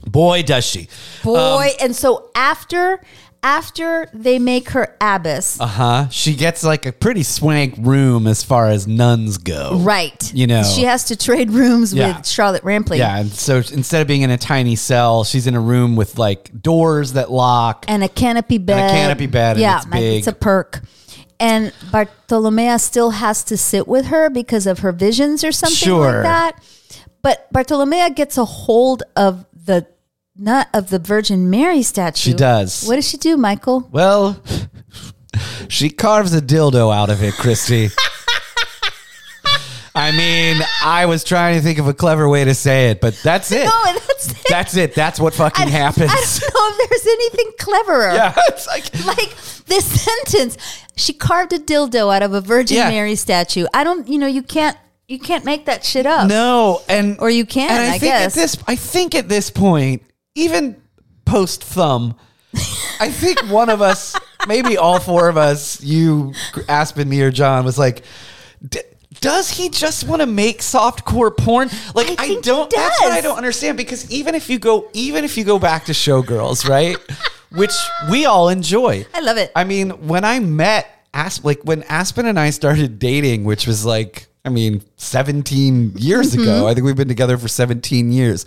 Speaker 2: Boy, does she!
Speaker 1: Boy. and so after after they make her abbess,
Speaker 2: Uh huh. She gets like a pretty swank room as far as nuns go.
Speaker 1: right.
Speaker 2: Oh, you know.
Speaker 1: She has to trade rooms
Speaker 2: Yeah.
Speaker 1: with Charlotte Rampling.
Speaker 2: Yeah, and so instead of being in a tiny cell, she's in a room with like doors that lock.
Speaker 1: And a canopy bed.
Speaker 2: canopy bed, and
Speaker 1: Yeah,
Speaker 2: it's
Speaker 1: like,
Speaker 2: big.
Speaker 1: it's a perk. And Bartolomea still has to sit with her because of her visions or something
Speaker 2: Sure.
Speaker 1: like that. But Bartolomea gets a hold of the not of the Virgin Mary statue.
Speaker 2: She does.
Speaker 1: What does she do, Michael?
Speaker 2: Well, she carves a dildo out of it, Christy. I mean, I was trying to think of a clever way to say it, but that's it.
Speaker 1: No, and that's it.
Speaker 2: that's it. That's what
Speaker 1: I,
Speaker 2: fucking
Speaker 1: don't-
Speaker 2: happens.
Speaker 1: I don't know if there's anything cleverer.
Speaker 2: yeah, it's like
Speaker 1: Like this sentence, she carved a dildo out of a Virgin
Speaker 2: Yeah.
Speaker 1: Mary statue. I don't, you know, you can't, you can't make that shit up.
Speaker 2: no, and
Speaker 1: Or you can,
Speaker 2: And I,
Speaker 1: I
Speaker 2: think
Speaker 1: guess.
Speaker 2: at this, I think at this point, even post thumb, I think one of us, maybe all four of us, you, Aspen, me, or John, was like. D- does he just want to make softcore porn? Like
Speaker 1: I
Speaker 2: I,
Speaker 1: think he
Speaker 2: don't. That's what I
Speaker 1: does.
Speaker 2: don't understand because even if you go, even if you go back to Showgirls, right, which we all enjoy,
Speaker 1: I love it.
Speaker 2: I mean, when I met Asp, like when Aspen and I started dating, which was like, I mean, 17 years
Speaker 1: Mm-hmm.
Speaker 2: ago, I think we've been together for 17 years.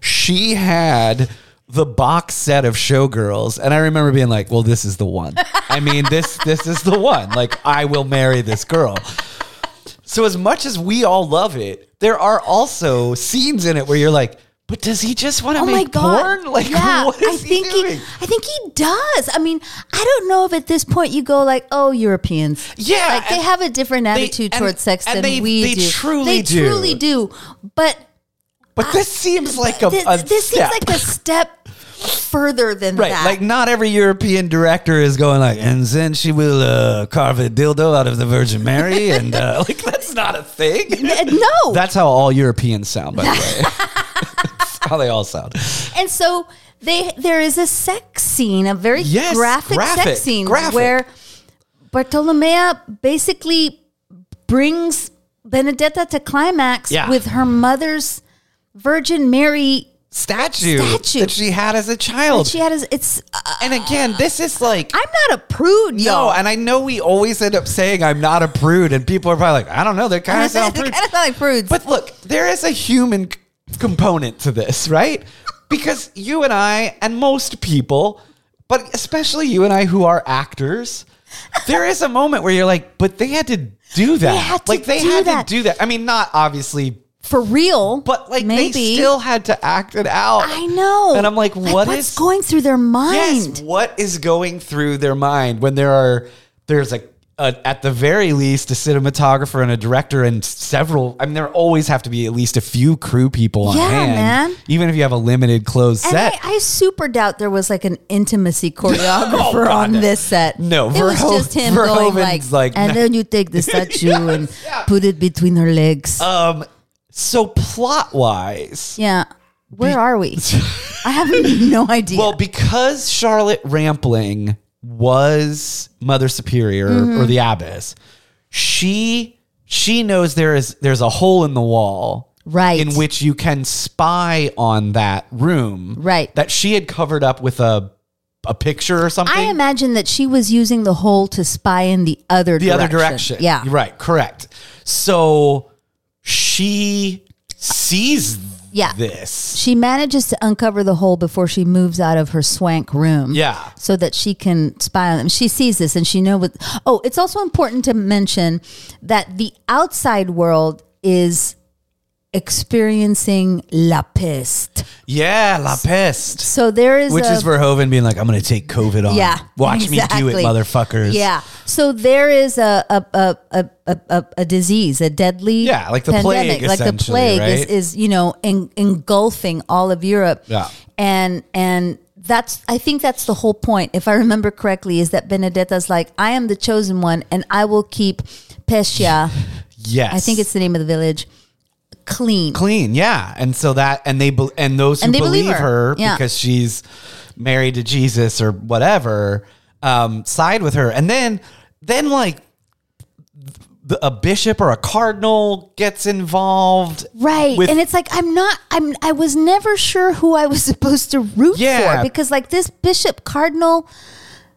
Speaker 2: She had the box set of showgirls and i remember being like well this is the one i mean this this is the one like i will marry this girl so as much as we all love it there are also scenes in it where you're like but does he just want to
Speaker 1: Oh my
Speaker 2: make
Speaker 1: god!
Speaker 2: porn like what is
Speaker 1: I think
Speaker 2: he doing
Speaker 1: I think he does. I mean, I don't know if at this point you go like, "Oh, Europeans."
Speaker 2: Yeah,
Speaker 1: like they
Speaker 2: and
Speaker 1: have a different attitude
Speaker 2: and-
Speaker 1: towards sex
Speaker 2: and
Speaker 1: than
Speaker 2: they-
Speaker 1: we
Speaker 2: they
Speaker 1: do.
Speaker 2: truly
Speaker 1: they
Speaker 2: do.
Speaker 1: truly do. But
Speaker 2: But this seems like a,
Speaker 1: this,
Speaker 2: a
Speaker 1: this
Speaker 2: step.
Speaker 1: seems like a step further than
Speaker 2: right.
Speaker 1: that.
Speaker 2: Like not every European director is going like, and then she will uh, carve a dildo out of the Virgin Mary, and uh, like that's not a thing.
Speaker 1: N- no,
Speaker 2: That's how all Europeans sound, by the way. That's how they all sound.
Speaker 1: and so they there is a sex scene, a very
Speaker 2: Yes,
Speaker 1: graphic,
Speaker 2: graphic,
Speaker 1: sex scene
Speaker 2: graphic.
Speaker 1: where Bartolomea basically brings Benedetta to climax
Speaker 2: Yeah.
Speaker 1: with her mother's Virgin Mary
Speaker 2: Statue,
Speaker 1: Statue.
Speaker 2: that she had as a
Speaker 1: that
Speaker 2: child,
Speaker 1: she had. As, it's uh,
Speaker 2: and again, this is like.
Speaker 1: I'm not a prude,
Speaker 2: no,
Speaker 1: y'all.
Speaker 2: and I know we always end up saying I'm not a prude, and people are probably like, I don't know, they kind of sound
Speaker 1: kind
Speaker 2: prude.
Speaker 1: of sound like prudes.
Speaker 2: But look, there is a human c- component to this, right? Because you and I, and most people, but especially you and I who are actors, there is a moment where you're like, but they had to do that.
Speaker 1: had to
Speaker 2: like they
Speaker 1: do
Speaker 2: had
Speaker 1: that.
Speaker 2: to do that. I mean, not obviously,
Speaker 1: for real,
Speaker 2: but like
Speaker 1: maybe
Speaker 2: they still had to act it out.
Speaker 1: I know.
Speaker 2: And I'm like, what
Speaker 1: what's
Speaker 2: is-
Speaker 1: going through their mind?
Speaker 2: Yes, what is going through their mind when there are there's a, a at the very least a cinematographer and a director and several. I mean, there always have to be at least a few crew people on
Speaker 1: Yeah,
Speaker 2: hand,
Speaker 1: man.
Speaker 2: even if you have a limited closed
Speaker 1: And I,
Speaker 2: set. Oh,
Speaker 1: I super doubt there was like an intimacy choreographer
Speaker 2: God,
Speaker 1: on
Speaker 2: no.
Speaker 1: this set.
Speaker 2: No,
Speaker 1: it was
Speaker 2: Verho-
Speaker 1: just him going like,
Speaker 2: Verhoeven's like,
Speaker 1: and
Speaker 2: "Nah."
Speaker 1: then you take the statue and
Speaker 2: yeah.
Speaker 1: put it between her legs.
Speaker 2: um, so plot wise,
Speaker 1: yeah, where are we? I have no idea.
Speaker 2: well, because Charlotte Rampling was Mother Superior
Speaker 1: Mm-hmm.
Speaker 2: or the Abbess, she she knows there is there's a hole in the wall
Speaker 1: right,
Speaker 2: in which you can spy on that room
Speaker 1: Right.
Speaker 2: that she had covered up with a a picture or something
Speaker 1: I imagine that she was using the hole to spy in the other
Speaker 2: the
Speaker 1: direction.
Speaker 2: other direction
Speaker 1: Yeah,
Speaker 2: You're right correct so she sees
Speaker 1: Yeah.
Speaker 2: this
Speaker 1: she manages to uncover the hole before she moves out of her swank room.
Speaker 2: yeah
Speaker 1: so that she can spy on them. She sees this and she know what. Oh, it's also important to mention that the outside world is experiencing la peste.
Speaker 2: yeah la peste
Speaker 1: So there is
Speaker 2: which
Speaker 1: a,
Speaker 2: is Verhoeven being like, I'm going to take COVID on.
Speaker 1: Yeah,
Speaker 2: Watch me do
Speaker 1: exactly.
Speaker 2: it, motherfuckers.
Speaker 1: yeah. So there is a a a a a, a, a disease, a deadly
Speaker 2: Yeah, like the
Speaker 1: pandemic,
Speaker 2: plague,
Speaker 1: like the
Speaker 2: essentially,
Speaker 1: plague is,
Speaker 2: right?
Speaker 1: is you know en- engulfing all of Europe.
Speaker 2: Yeah.
Speaker 1: and and that's I think that's the whole point, if I remember correctly, is that Benedetta's like I am the chosen one, and I will keep Pescia.
Speaker 2: Yes.
Speaker 1: I think it's the name of the village. Clean.
Speaker 2: clean. Yeah. And so that, and they, be, and those who
Speaker 1: And they
Speaker 2: believe,
Speaker 1: believe her.
Speaker 2: her,
Speaker 1: Yeah.
Speaker 2: because she's married to Jesus or whatever, um, side with her. And then, then like the, a bishop or a cardinal gets involved.
Speaker 1: Right.
Speaker 2: with-
Speaker 1: and it's like I'm not I'm I was never sure who I was supposed to root
Speaker 2: Yeah.
Speaker 1: for because like this bishop cardinal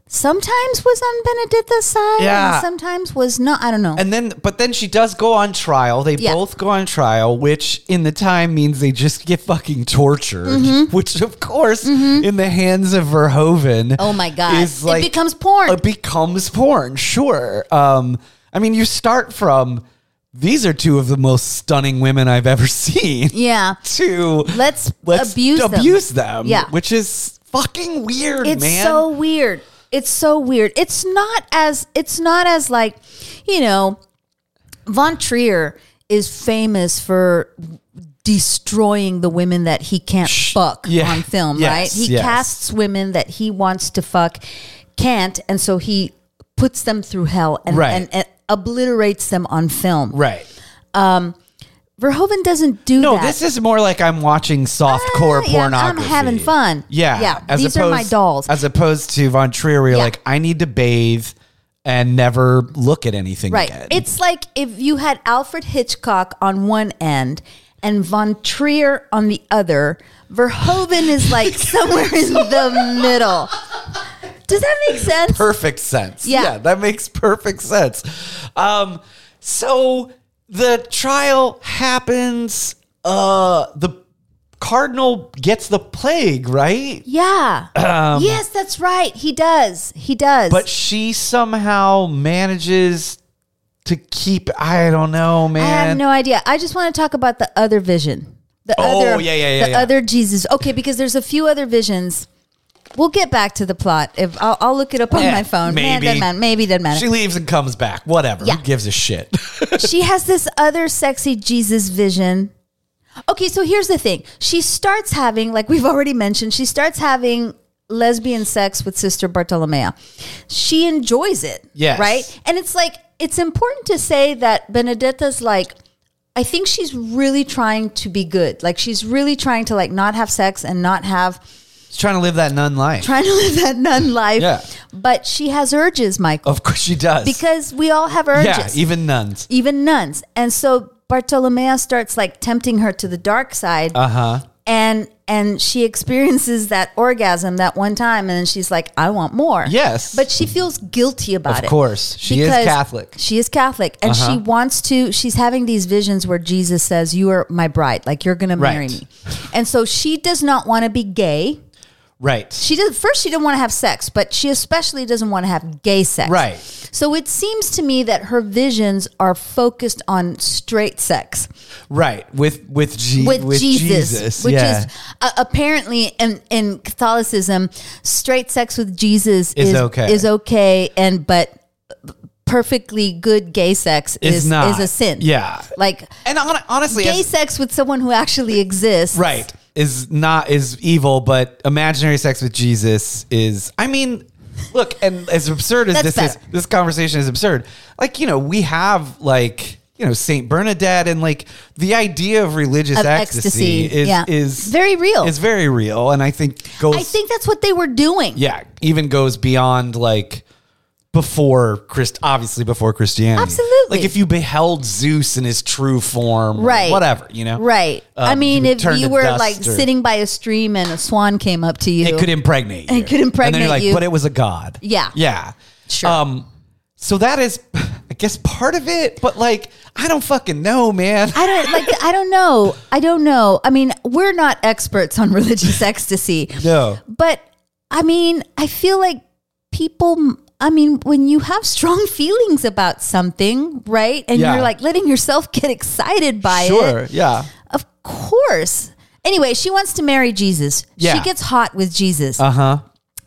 Speaker 1: sometimes was on Benedicta's side
Speaker 2: Yeah.
Speaker 1: and sometimes was not I don't know.
Speaker 2: And then, but then she does go on trial. They
Speaker 1: Yeah.
Speaker 2: both go on trial, which in the time means they just get fucking tortured,
Speaker 1: Mm-hmm.
Speaker 2: which of course, in the hands of Verhoeven,
Speaker 1: oh my god.
Speaker 2: is like-
Speaker 1: it becomes porn.
Speaker 2: It becomes porn, sure. Um, I mean, you start from these are two of the most stunning women I've ever seen
Speaker 1: yeah.
Speaker 2: to
Speaker 1: Let's,
Speaker 2: let's
Speaker 1: abuse them.
Speaker 2: abuse them,
Speaker 1: Yeah.
Speaker 2: which is fucking weird,
Speaker 1: It's
Speaker 2: man.
Speaker 1: so weird. It's so weird. It's not as it's not as like, you know, Von Trier is famous for destroying the women that he can't fuck
Speaker 2: yeah.
Speaker 1: on film,
Speaker 2: Yes,
Speaker 1: right? He
Speaker 2: yes.
Speaker 1: casts women that he wants to fuck, can't, and so he puts them through hell and,
Speaker 2: Right.
Speaker 1: and, and obliterates them on film.
Speaker 2: Right.
Speaker 1: Verhoeven doesn't do
Speaker 2: No,
Speaker 1: that.
Speaker 2: this is more like I'm watching soft
Speaker 1: Ah,
Speaker 2: core
Speaker 1: yeah, I'm
Speaker 2: pornography.
Speaker 1: having fun.
Speaker 2: Yeah.
Speaker 1: Yeah, these are my dolls.
Speaker 2: As opposed to Von Trier, where you're
Speaker 1: Yeah.
Speaker 2: like, I need to bathe and never look at anything
Speaker 1: Right.
Speaker 2: again.
Speaker 1: It's like if you had Alfred Hitchcock on one end and Von Trier on the other, Verhoeven is like somewhere in the middle. Does that make sense?
Speaker 2: perfect sense.
Speaker 1: Yeah.
Speaker 2: that makes perfect sense. Um, so the trial happens. Uh, the cardinal gets the plague, right?
Speaker 1: Yeah. yes, that's right. He does. He does.
Speaker 2: Um, But she somehow manages to keep. I don't know,
Speaker 1: I
Speaker 2: man.
Speaker 1: have no idea. I just want to talk about the other vision. The
Speaker 2: Oh,
Speaker 1: other
Speaker 2: yeah, yeah, yeah,
Speaker 1: the
Speaker 2: yeah.
Speaker 1: other Jesus. Okay, because there's a few other visions. We'll get back to the plot. If I'll, I'll look it up on
Speaker 2: Eh,
Speaker 1: my phone. Man,
Speaker 2: maybe.
Speaker 1: doesn't matter. Maybe doesn't matter.
Speaker 2: she leaves and comes back. Whatever.
Speaker 1: Yeah.
Speaker 2: Who gives a shit?
Speaker 1: she has this other sexy Jesus vision. Okay, so here's the thing. She starts having, like we've already mentioned, she starts having lesbian sex with Sister Bartolomea. She enjoys it.
Speaker 2: Yes.
Speaker 1: Right? And it's like, it's important to say that Benedetta's like, I think she's really trying to be good. Like she's really trying to like not have sex and not have
Speaker 2: She's trying to live that nun life.
Speaker 1: trying to live that nun life.
Speaker 2: Yeah.
Speaker 1: But she has urges, Michael.
Speaker 2: of course she does.
Speaker 1: Because we all have urges
Speaker 2: yeah, even nuns.
Speaker 1: even nuns. And so Bartolomea starts like tempting her to the dark side.
Speaker 2: Uh huh.
Speaker 1: and and she experiences that orgasm that one time and she's like, I want more.
Speaker 2: Yes.
Speaker 1: But she feels guilty about
Speaker 2: Of
Speaker 1: it.
Speaker 2: course. She is
Speaker 1: because
Speaker 2: Catholic. Uh-huh.
Speaker 1: She is Catholic. And she wants to she's having these visions where Jesus says, You are my bride, like you're gonna marry
Speaker 2: Right.
Speaker 1: me. And so she does not want to be gay.
Speaker 2: Right.
Speaker 1: She did first she didn't want to have sex, but she especially doesn't want to have gay sex.
Speaker 2: Right.
Speaker 1: So it seems to me that her visions are focused on straight sex
Speaker 2: Right with with, Je-
Speaker 1: with, Jesus, which
Speaker 2: yeah.
Speaker 1: is uh, apparently in, in Catholicism, straight sex with Jesus
Speaker 2: Is
Speaker 1: is,
Speaker 2: okay.
Speaker 1: Is okay, and but perfectly good gay sex
Speaker 2: Is
Speaker 1: is is,
Speaker 2: not.
Speaker 1: a sin.
Speaker 2: Yeah.
Speaker 1: like
Speaker 2: and hon- honestly,
Speaker 1: gay
Speaker 2: as-
Speaker 1: sex with someone who actually exists.
Speaker 2: right is not is evil, but imaginary sex with Jesus is. I mean, look, and as absurd as
Speaker 1: That's
Speaker 2: this
Speaker 1: better.
Speaker 2: is, this conversation is absurd. Like you know, we have like you know Saint Bernadette, and like the idea of religious
Speaker 1: Of
Speaker 2: ecstasy,
Speaker 1: ecstasy,
Speaker 2: is
Speaker 1: yeah.
Speaker 2: is
Speaker 1: Very real.
Speaker 2: Is very real, and I think goes.
Speaker 1: I think that's what they were doing.
Speaker 2: yeah, even goes beyond like before Christ, obviously before Christianity.
Speaker 1: Absolutely.
Speaker 2: Like if you beheld Zeus in his true form, or
Speaker 1: Right.
Speaker 2: Whatever, you know?
Speaker 1: Right.
Speaker 2: Um,
Speaker 1: I mean,
Speaker 2: you
Speaker 1: if
Speaker 2: turn
Speaker 1: you
Speaker 2: to
Speaker 1: were
Speaker 2: dust
Speaker 1: like
Speaker 2: or-
Speaker 1: sitting by a stream and a swan came up to you,
Speaker 2: It could impregnate you.
Speaker 1: It could
Speaker 2: And then
Speaker 1: impregnate
Speaker 2: you're like,
Speaker 1: you.
Speaker 2: but it was a god.
Speaker 1: Yeah.
Speaker 2: Yeah.
Speaker 1: Sure.
Speaker 2: Um, so that is, I guess, part of it, but like, I don't fucking know, man.
Speaker 1: I don't like. I don't know. I don't know. I mean, we're not experts on religious ecstasy.
Speaker 2: No.
Speaker 1: But I mean, I feel like people. I mean, when you have strong feelings about something, right, and
Speaker 2: Yeah.
Speaker 1: you're like letting yourself get excited by
Speaker 2: sure.
Speaker 1: it,
Speaker 2: Yeah.
Speaker 1: of course. Anyway, she wants to marry Jesus.
Speaker 2: Yeah.
Speaker 1: She gets hot with Jesus.
Speaker 2: Uh huh.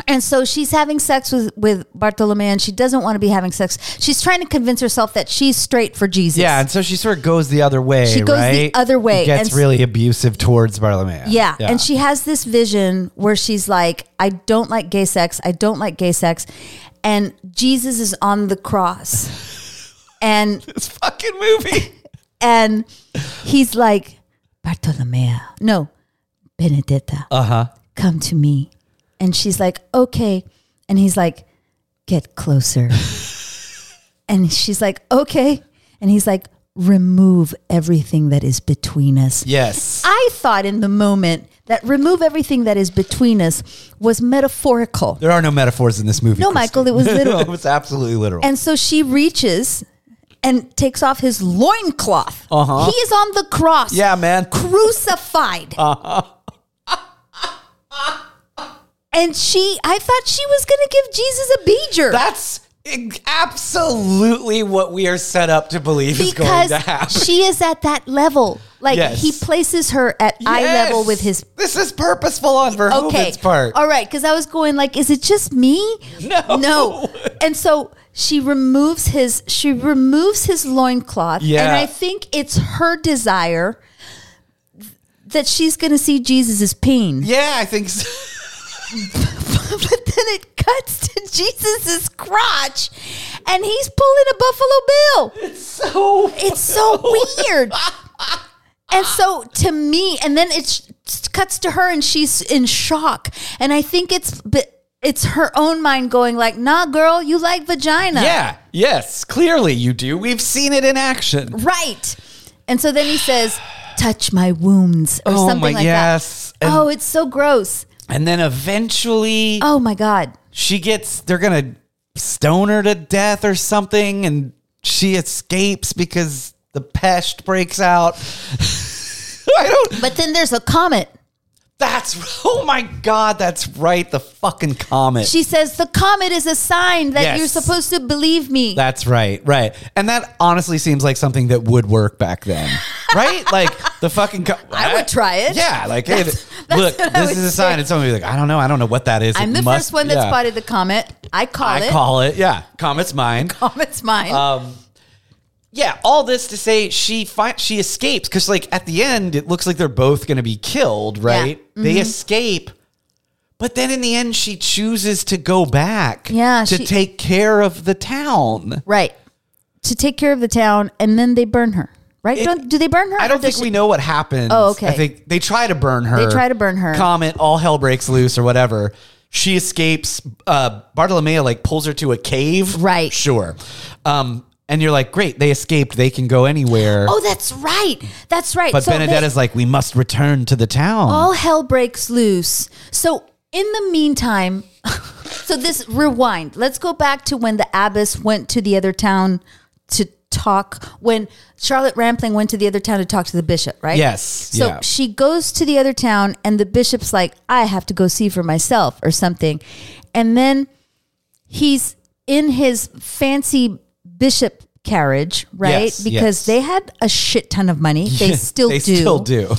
Speaker 1: And so she's having sex with, with Bartolome and she doesn't want to be having sex. She's trying to convince herself that she's straight for Jesus.
Speaker 2: Yeah, and so she sort of goes the other way.
Speaker 1: She goes the
Speaker 2: right?
Speaker 1: other way,
Speaker 2: And gets
Speaker 1: and-
Speaker 2: really abusive towards Barlamea.
Speaker 1: Yeah. And she has this vision where she's like, I don't like gay sex. I don't like gay sex. And Jesus is on the cross. And
Speaker 2: this fucking movie.
Speaker 1: and he's like, Bartolomea. No, Benedetta. Uh-huh. Come to me. And she's like, okay. And he's like, get closer. and she's like, okay. And he's like, remove everything that is between us.
Speaker 2: yes.
Speaker 1: I thought in the moment that remove everything that is between us was metaphorical.
Speaker 2: There are no metaphors in this movie.
Speaker 1: No,
Speaker 2: Kristen.
Speaker 1: Michael, it was literal.
Speaker 2: it was absolutely literal.
Speaker 1: And so she reaches and takes off his loincloth.
Speaker 2: Uh-huh.
Speaker 1: He is on the cross.
Speaker 2: yeah, Uh-huh. man.
Speaker 1: Crucified. and she, I thought she was going to give Jesus a beeger.
Speaker 2: That's ex- absolutely what we are set up to believe is going
Speaker 1: because
Speaker 2: to happen.
Speaker 1: she is at that level. Like
Speaker 2: Yes.
Speaker 1: he places her at eye
Speaker 2: Yes!
Speaker 1: level with his
Speaker 2: This is purposeful on Verhoeven's
Speaker 1: okay.
Speaker 2: part.
Speaker 1: All right, because I was going like, is it just me?
Speaker 2: No.
Speaker 1: no. And so she removes his she removes his loincloth and
Speaker 2: Yeah.
Speaker 1: i think it's her desire that she's going to see jesus' pain
Speaker 2: Yeah, I think so.
Speaker 1: but then it cuts to jesus' crotch and he's pulling a buffalo bill
Speaker 2: so
Speaker 1: it's so weird. And so to me, and then it sh- cuts to her, and she's in shock. And I think it's b- it's her own mind going like, "Nah, girl, you like vagina,
Speaker 2: Yeah. Yes. Clearly you do. We've seen it in action.
Speaker 1: right?" And so then he says, "Touch my wounds" or
Speaker 2: Oh
Speaker 1: something
Speaker 2: my
Speaker 1: like
Speaker 2: yes.
Speaker 1: that.
Speaker 2: And,
Speaker 1: oh, it's so gross.
Speaker 2: and then eventually
Speaker 1: Oh my god.
Speaker 2: she gets they're gonna stone her to death or something, and she escapes because the pest breaks out. I don't
Speaker 1: But then there's a comet.
Speaker 2: that's oh my god, that's right. The fucking comet.
Speaker 1: She says the comet is a sign that
Speaker 2: Yes.
Speaker 1: you're supposed to believe me.
Speaker 2: That's right, right. And that honestly seems like something that would work back then, right? Like the fucking. Co-
Speaker 1: I would try it.
Speaker 2: Yeah, like hey,
Speaker 1: That's- that's
Speaker 2: look,
Speaker 1: what I
Speaker 2: this
Speaker 1: would
Speaker 2: is a
Speaker 1: say.
Speaker 2: sign, and somebody like, I don't know, I don't know what that is.
Speaker 1: I'm
Speaker 2: It
Speaker 1: the
Speaker 2: must-
Speaker 1: first one that
Speaker 2: yeah.
Speaker 1: spotted the comet. I call
Speaker 2: I
Speaker 1: it.
Speaker 2: call it. Yeah, comet's mine.
Speaker 1: Comet's mine.
Speaker 2: Um, yeah, all this to say she fi- she escapes because like at the end it looks like they're both going to be killed, right?
Speaker 1: Mm-hmm.
Speaker 2: They escape, but then in the end she chooses to go back,
Speaker 1: Yeah,
Speaker 2: to
Speaker 1: she-
Speaker 2: take care of the town.
Speaker 1: Right. To take care of the town, and then they burn her. Right? Don't, do they burn her?
Speaker 2: I
Speaker 1: or
Speaker 2: don't
Speaker 1: does
Speaker 2: think
Speaker 1: she-
Speaker 2: we know what happens.
Speaker 1: Oh, okay.
Speaker 2: I think they try to burn her.
Speaker 1: They try to burn her.
Speaker 2: Comet, all hell breaks loose or whatever. She escapes. Uh, Bartolomeo like pulls her to a cave.
Speaker 1: Right.
Speaker 2: Sure. Um, and you're like, great, they escaped. They can go anywhere.
Speaker 1: Oh, that's right. That's right.
Speaker 2: but
Speaker 1: So they-
Speaker 2: Benedetta's like, we must return to the town.
Speaker 1: all hell breaks loose. So in the meantime, so this rewind. Let's go back to when the abbess went to the other town to talk. When Charlotte Rampling went to the other town to talk to the bishop, right?
Speaker 2: Yes,
Speaker 1: So
Speaker 2: yeah.
Speaker 1: she goes to the other town, and the bishop's like, "I have to go see for myself" or something, and then he's in his fancy bishop carriage, right?
Speaker 2: Yes,
Speaker 1: because
Speaker 2: yes.
Speaker 1: they had a shit ton of money. They still
Speaker 2: they
Speaker 1: do
Speaker 2: still do.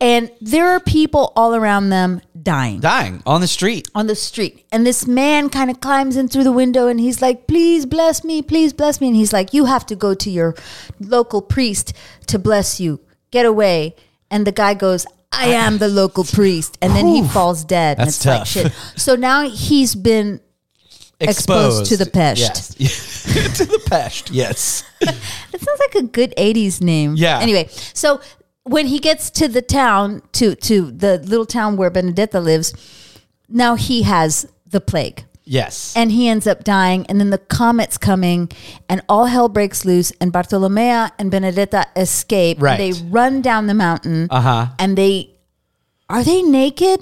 Speaker 1: and there are people all around them dying
Speaker 2: Dying on the street.
Speaker 1: on the street. And this man kind of climbs in through the window and he's like, Please bless me, please bless me. And he's like, You have to go to your local priest to bless you. Get away. And the guy goes, I am the local priest. And then he falls dead. and
Speaker 2: That's
Speaker 1: it's like
Speaker 2: tough.
Speaker 1: shit. So now he's been Exposed to the pest.
Speaker 2: Yes. to the pest. Yes.
Speaker 1: That sounds like a good '80s name.
Speaker 2: Yeah.
Speaker 1: Anyway, so when he gets to the town, to to the little town where Benedetta lives, now he has the plague,
Speaker 2: Yes.
Speaker 1: and he ends up dying. And then the comet's coming, and all hell breaks loose. And Bartolomea and Benedetta escape.
Speaker 2: Right. Uh-huh.
Speaker 1: They run down the mountain. Uh huh. And they are they naked?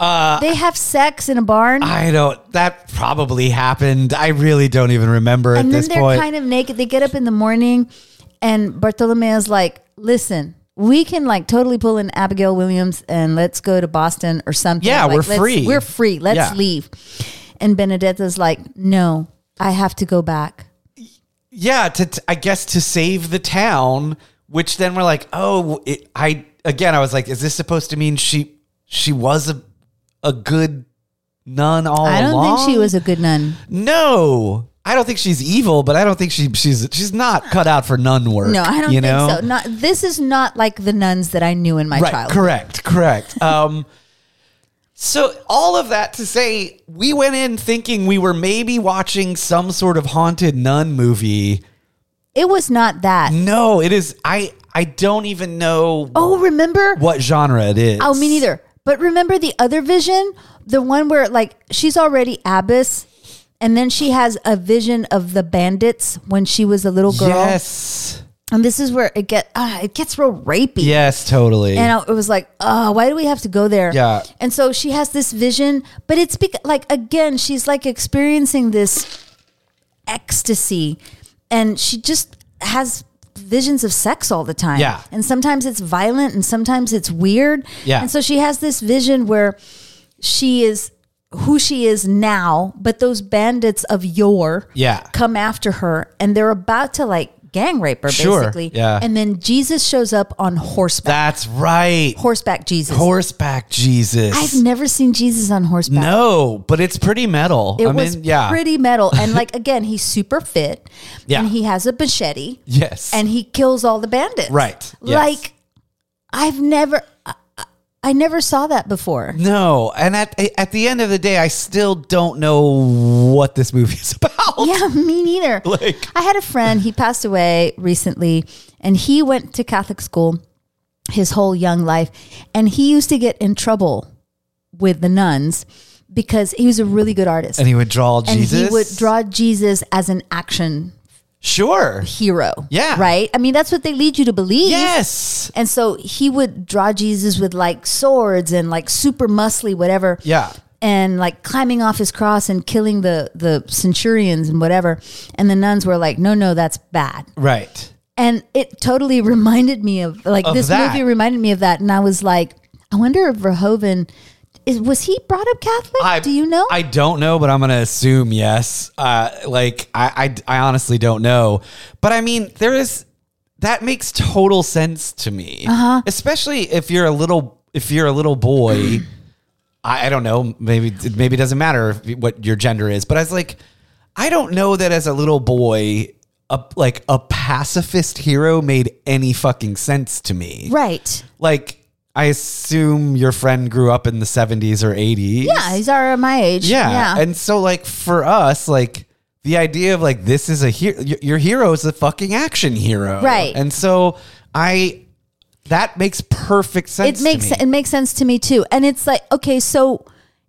Speaker 1: Uh, they have sex in a barn.
Speaker 2: I don't. That probably happened. I really don't even remember at
Speaker 1: and then
Speaker 2: this
Speaker 1: they're
Speaker 2: point.
Speaker 1: kind of naked. They get up in the morning, and Bartolomeo's like, "Listen, we can like totally pull in Abigail Williams and let's go to Boston or something.
Speaker 2: Yeah,
Speaker 1: Like,
Speaker 2: we're
Speaker 1: let's-
Speaker 2: free.
Speaker 1: We're free. Let's
Speaker 2: Yeah.
Speaker 1: leave." And Benedetta's like, "No, I have to go back."
Speaker 2: yeah, to t- I guess to save the town, which then we're like, oh, it, I again, I was like, is this supposed to mean she she was a a good nun all
Speaker 1: I don't
Speaker 2: along?
Speaker 1: think she was a good nun.
Speaker 2: No, I don't think she's evil, but I don't think she she's she's not cut out for nun work.
Speaker 1: No, I don't
Speaker 2: you
Speaker 1: think
Speaker 2: know?
Speaker 1: so. Not this is not like the nuns that I knew in my
Speaker 2: Right,
Speaker 1: childhood.
Speaker 2: correct, correct. um, so all of that to say, we went in thinking we were maybe watching some sort of haunted nun movie.
Speaker 1: It was not that.
Speaker 2: No, it is. I I don't even know
Speaker 1: Oh, remember?
Speaker 2: what genre it is.
Speaker 1: Oh, me neither. But remember the other vision? The one where like she's already abbess and then she has a vision of the bandits when she was a little girl.
Speaker 2: Yes,
Speaker 1: And this is where it get ah, it gets real rapey.
Speaker 2: yes, totally.
Speaker 1: And I, it was like, oh, why do we have to go there?
Speaker 2: Yeah.
Speaker 1: And so she has this vision, but it's bec- like again, she's like experiencing this ecstasy, and she just has visions of sex all the time.
Speaker 2: Yeah.
Speaker 1: And sometimes it's violent, and sometimes it's weird.
Speaker 2: Yeah.
Speaker 1: And so she has this vision where she is who she is now, but those bandits of yore
Speaker 2: Yeah.
Speaker 1: come after her, and they're about to like gang raper,
Speaker 2: Sure,
Speaker 1: basically.
Speaker 2: yeah.
Speaker 1: And then Jesus shows up on horseback.
Speaker 2: That's right.
Speaker 1: horseback Jesus.
Speaker 2: Horseback Jesus.
Speaker 1: I've never seen Jesus on horseback.
Speaker 2: no, but it's pretty metal.
Speaker 1: It
Speaker 2: I
Speaker 1: was
Speaker 2: mean, yeah.
Speaker 1: pretty metal. And like again, he's super fit.
Speaker 2: Yeah.
Speaker 1: And he has a machete
Speaker 2: yes.
Speaker 1: and he kills all the bandits.
Speaker 2: Right. Yes.
Speaker 1: Like I've never I, I- I never saw that before.
Speaker 2: no, and at at the end of the day, I still don't know what this movie is about.
Speaker 1: Yeah, me neither.
Speaker 2: Like-
Speaker 1: I had a friend, he passed away recently, and he went to Catholic school his whole young life, and he used to get in trouble with the nuns because he was a really good artist.
Speaker 2: And he would draw
Speaker 1: And
Speaker 2: Jesus.
Speaker 1: he would draw Jesus as an action
Speaker 2: Sure.
Speaker 1: hero.
Speaker 2: Yeah.
Speaker 1: Right? I mean, that's what they lead you to believe.
Speaker 2: Yes.
Speaker 1: And so he would draw Jesus with like swords and like super muscly, whatever.
Speaker 2: Yeah.
Speaker 1: And like climbing off his cross and killing the the centurions and whatever. And the nuns were like, no, no, that's bad.
Speaker 2: Right.
Speaker 1: And it totally reminded me of like
Speaker 2: Of
Speaker 1: this
Speaker 2: that.
Speaker 1: movie reminded me of that. And I was like, I wonder if Verhoeven is was he brought up Catholic? Do you know?
Speaker 2: I don't know, but I'm gonna assume yes. Uh, like I, I, I honestly don't know, but I mean, there is that makes total sense to me, uh-huh. especially if you're a little if you're a little boy. I, I don't know. Maybe maybe it doesn't matter if, what your gender is, but I was like, I don't know that as a little boy. A, like a pacifist hero made any fucking sense to me
Speaker 1: right.
Speaker 2: like I assume your friend grew up in the 70s or 80s.
Speaker 1: Yeah, he's our my age.
Speaker 2: Yeah. And so like for us like the idea of like this is a hero your hero is a fucking action hero.
Speaker 1: Right.
Speaker 2: And so I that makes perfect sense.
Speaker 1: it makes
Speaker 2: to me.
Speaker 1: it makes sense to me too and it's like okay so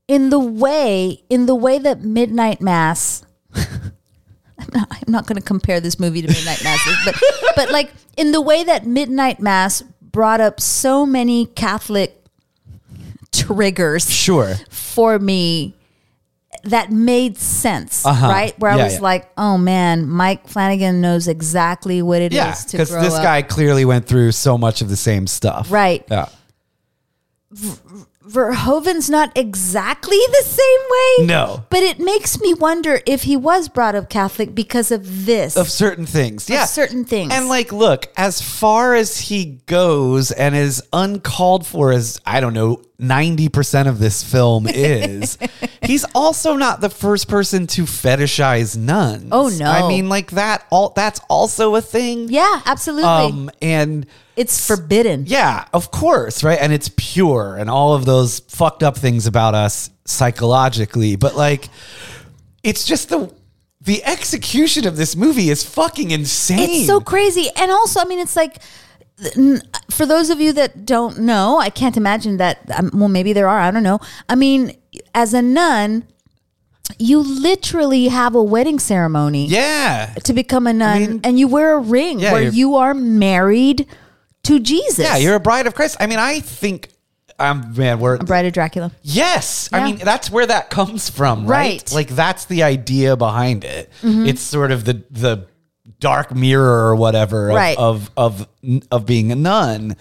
Speaker 1: in the way in the way that midnight mass I'm not, I'm not going to compare this movie to midnight mass but but like in the way that midnight mass brought up so many catholic triggers
Speaker 2: Sure.
Speaker 1: for me that made sense, right? Where
Speaker 2: Uh-huh. Yeah,
Speaker 1: I was
Speaker 2: yeah.
Speaker 1: like, "Oh man, Mike Flanagan knows exactly what it is
Speaker 2: Yeah.
Speaker 1: to
Speaker 2: Because
Speaker 1: grow
Speaker 2: this
Speaker 1: up."
Speaker 2: guy clearly went through so much of the same stuff.
Speaker 1: Right.
Speaker 2: Yeah.
Speaker 1: Verhoeven's not exactly the same way.
Speaker 2: No.
Speaker 1: But it makes me wonder if he was brought up Catholic because of this.
Speaker 2: Of certain things. Yeah.
Speaker 1: certain things.
Speaker 2: And like, look, as far as he goes and as uncalled for as, I don't know, 90% of this film is, he's also not the first person to fetishize nuns.
Speaker 1: Oh, no.
Speaker 2: I mean, like that all that's also a thing.
Speaker 1: yeah, absolutely.
Speaker 2: Um and
Speaker 1: it's forbidden.
Speaker 2: yeah, of course, right? And it's pure and all of those fucked up things about us psychologically, but like it's just the the execution of this movie is fucking insane.
Speaker 1: It's so crazy. And also, I mean, it's like, n- for those of you that don't know, I can't imagine that. Um, well, maybe there are. I don't know. I mean, as a nun, you literally have a wedding ceremony
Speaker 2: Yeah.
Speaker 1: to become a nun, and you wear a ring
Speaker 2: Yeah,
Speaker 1: where
Speaker 2: you're-
Speaker 1: you are married to Jesus.
Speaker 2: Yeah, you're a bride of Christ. I mean, I think I'm man, we're
Speaker 1: Bride of Dracula.
Speaker 2: yes.
Speaker 1: Um, Yeah.
Speaker 2: I mean, that's where that comes from, right?
Speaker 1: Right. Mm-hmm.
Speaker 2: Like that's the idea behind it. It's sort of the the dark mirror or whatever of,
Speaker 1: Right.
Speaker 2: of of of being a nun.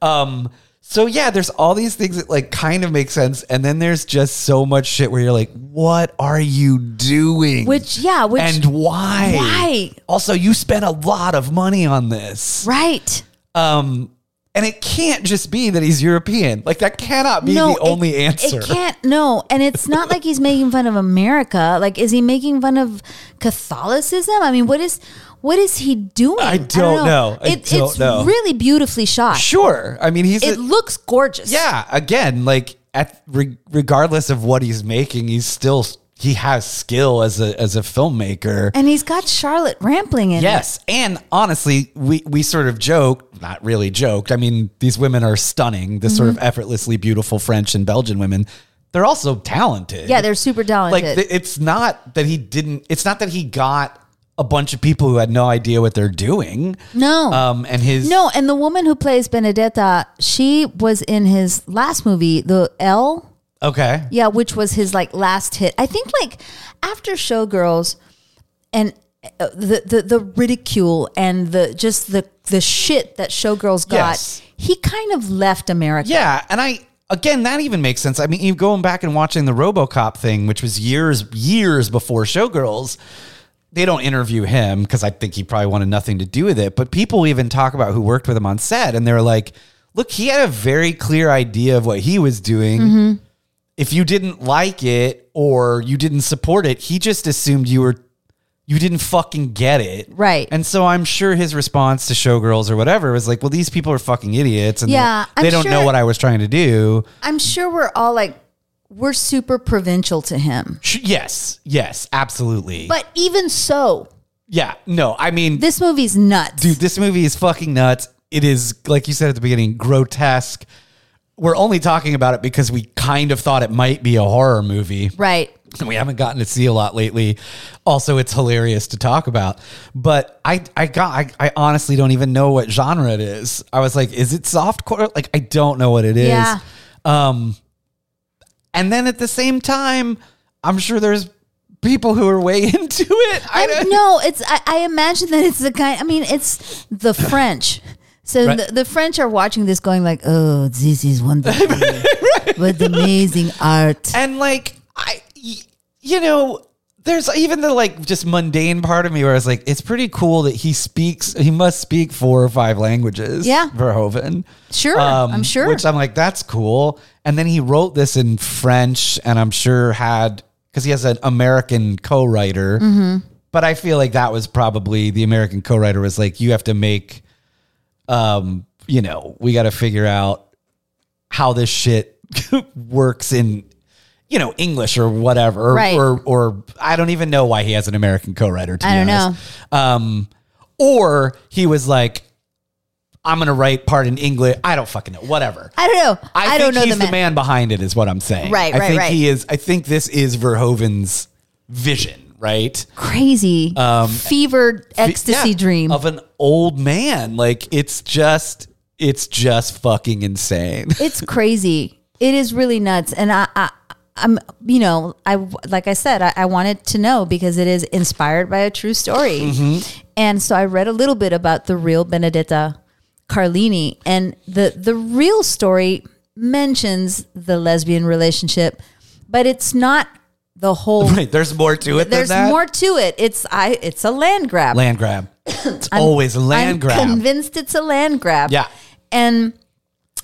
Speaker 2: Um so yeah, there's all these things that like kind of make sense and then there's just so much shit where you're like, "What are you doing?"
Speaker 1: Which yeah, which
Speaker 2: and why?
Speaker 1: Why?
Speaker 2: Also, you spent a lot of money on this.
Speaker 1: right.
Speaker 2: Um, and it can't just be that he's European. Like that cannot be the
Speaker 1: it-
Speaker 2: only answer.
Speaker 1: It can't no, and it's not like he's making fun of America. Like is he making fun of Catholicism? I mean, what is what is he doing?
Speaker 2: I don't know. I
Speaker 1: It,
Speaker 2: don't
Speaker 1: it's
Speaker 2: know.
Speaker 1: really beautifully shot.
Speaker 2: Sure. I mean, he's
Speaker 1: It
Speaker 2: a,
Speaker 1: looks gorgeous.
Speaker 2: yeah. Again, like at re- regardless of what he's making, he's still he has skill as a as a filmmaker.
Speaker 1: And he's got Charlotte Rampling in
Speaker 2: Yes, and honestly, we we sort of joked, not really joked. I mean, these women are stunning. This
Speaker 1: Mm-hmm.
Speaker 2: sort of effortlessly beautiful French and Belgian women. They're also talented.
Speaker 1: it. Yeah, they're super
Speaker 2: like
Speaker 1: talented.
Speaker 2: th- it's not that he didn't it's not that he got a bunch of people who had no idea what they're doing
Speaker 1: no.
Speaker 2: um and his
Speaker 1: no, and the woman who plays Benedetta, she was in his last movie, the L.
Speaker 2: okay
Speaker 1: Yeah, which was his like last hit. I think like after Showgirls and uh, the the the ridicule and the just the the shit that Showgirls got,
Speaker 2: Yes.
Speaker 1: he kind of left America.
Speaker 2: yeah and i again that even makes sense i mean you going back and watching the robocop thing which was years years before showgirls they don't interview him because I think he probably wanted nothing to do with it. But people even talk about who worked with him on set, and they're like, "Look, he had a very clear idea of what he was doing. If you didn't like it or you didn't support it, he just assumed you were." You didn't fucking get it.
Speaker 1: Right.
Speaker 2: And so I'm sure his response to Showgirls or whatever was like, well, these people are fucking idiots and
Speaker 1: Yeah,
Speaker 2: they
Speaker 1: I'm
Speaker 2: don't know
Speaker 1: sure-
Speaker 2: what I was trying to do.
Speaker 1: I'm sure we're all like, we're super provincial to him.
Speaker 2: Sh- Yes, yes, absolutely.
Speaker 1: But even so,
Speaker 2: yeah, no, I mean,
Speaker 1: this movie's nuts.
Speaker 2: dude, this movie is fucking nuts. It is, like you said at the beginning, grotesque. We're only talking about it because we kind of thought it might be a horror movie.
Speaker 1: Right.
Speaker 2: and we haven't gotten to see a lot lately. Also, it's hilarious to talk about. But I, I got, I, I honestly don't even know what genre it is. I was like, is it softcore? Like, I don't know what it is.
Speaker 1: Yeah.
Speaker 2: Um, and then at the same time, I'm sure there's people who are way into it. I
Speaker 1: I
Speaker 2: don't.
Speaker 1: no, it's. I, I imagine that it's the kind. I mean, it's the French. So
Speaker 2: Right.
Speaker 1: the, the French are watching this, going like, "Oh, this is wonderful, with amazing art."
Speaker 2: And like, I, y- you know. There's even the like just mundane part of me where I was like, it's pretty cool that he speaks, he must speak four or five languages.
Speaker 1: Yeah.
Speaker 2: Verhoeven.
Speaker 1: Sure,
Speaker 2: Um,
Speaker 1: I'm sure.
Speaker 2: Which I'm like, that's cool. And then he wrote this in French, and I'm sure had because he has an American co-writer.
Speaker 1: Mm-hmm.
Speaker 2: But I feel like that was probably the American co-writer was like, you have to make, um, you know, we got to figure out how this shit works in. You know English or whatever, or,
Speaker 1: Right.
Speaker 2: or or I don't even know why he has an American co-writer. To
Speaker 1: I
Speaker 2: be
Speaker 1: don't
Speaker 2: honest. Um, or he was like, I'm gonna write part in English. I don't fucking know. Whatever.
Speaker 1: I don't know. I,
Speaker 2: think
Speaker 1: don't know
Speaker 2: he's
Speaker 1: the man.
Speaker 2: behind it, is what I'm saying.
Speaker 1: Right,
Speaker 2: I
Speaker 1: right,
Speaker 2: think
Speaker 1: right.
Speaker 2: he is. I think this is Verhoeven's vision, right?
Speaker 1: Crazy, fevered ecstasy
Speaker 2: Um, Yeah,
Speaker 1: dream.
Speaker 2: of an old man. Like it's just, it's just fucking insane.
Speaker 1: it's crazy. It is really nuts, and I, I I'm, you know, I like I said, I, I wanted to know because it is inspired by a true story,
Speaker 2: Mm-hmm.
Speaker 1: and so I read a little bit about the real Benedetta Carlini, and the the real story mentions the lesbian relationship, but it's not the whole.
Speaker 2: Right, There's more to it
Speaker 1: There's
Speaker 2: than that.
Speaker 1: more to it. It's I. It's a land grab.
Speaker 2: land grab. It's always a land
Speaker 1: I'm
Speaker 2: grab.
Speaker 1: convinced it's a land grab.
Speaker 2: Yeah.
Speaker 1: And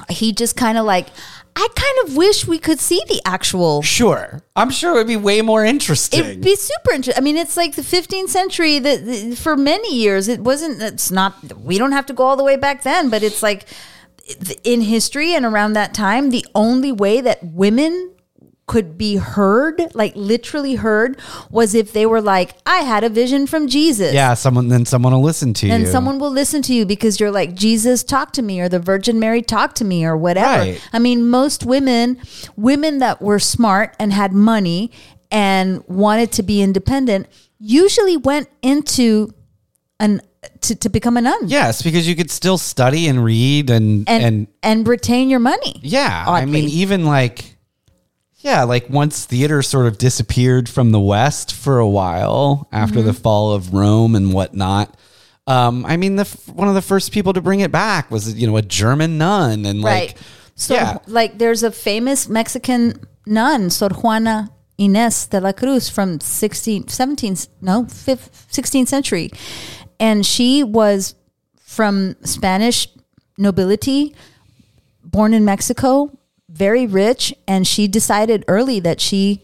Speaker 1: he just kind of like, I kind of wish we could see the actual.
Speaker 2: sure, I'm sure it would be way more interesting.
Speaker 1: It'd be super interesting. I mean, it's like the 15th century. That that- for many years, it wasn't. It's not. We don't have to go all the way back then, but it's like in history and around that time, the only way that women could be heard, like literally heard, was if they were like, "I had a vision from Jesus."
Speaker 2: yeah, someone then someone will listen to
Speaker 1: and
Speaker 2: you.
Speaker 1: someone will listen to you because you're like Jesus talk to me or the Virgin Mary talk to me or whatever.
Speaker 2: Right.
Speaker 1: I mean, most women, women that were smart and had money and wanted to be independent, usually went into an to, to become a nun
Speaker 2: Yes, because you could still study and read and
Speaker 1: and,
Speaker 2: and,
Speaker 1: and retain your money.
Speaker 2: yeah, I
Speaker 1: oddly.
Speaker 2: mean even like yeah, like once theater sort of disappeared from the West for a while after
Speaker 1: Mm-hmm.
Speaker 2: the fall of Rome and whatnot. Um, I mean, the f- one of the first people to bring it back was you know a German nun and
Speaker 1: right.
Speaker 2: like
Speaker 1: so
Speaker 2: yeah.
Speaker 1: like there's a famous Mexican nun, Sor Juana Inés de la Cruz from 16th, 17th, no, 5th, 16th century. And she was from Spanish nobility, born in Mexico, very rich, and she decided early that she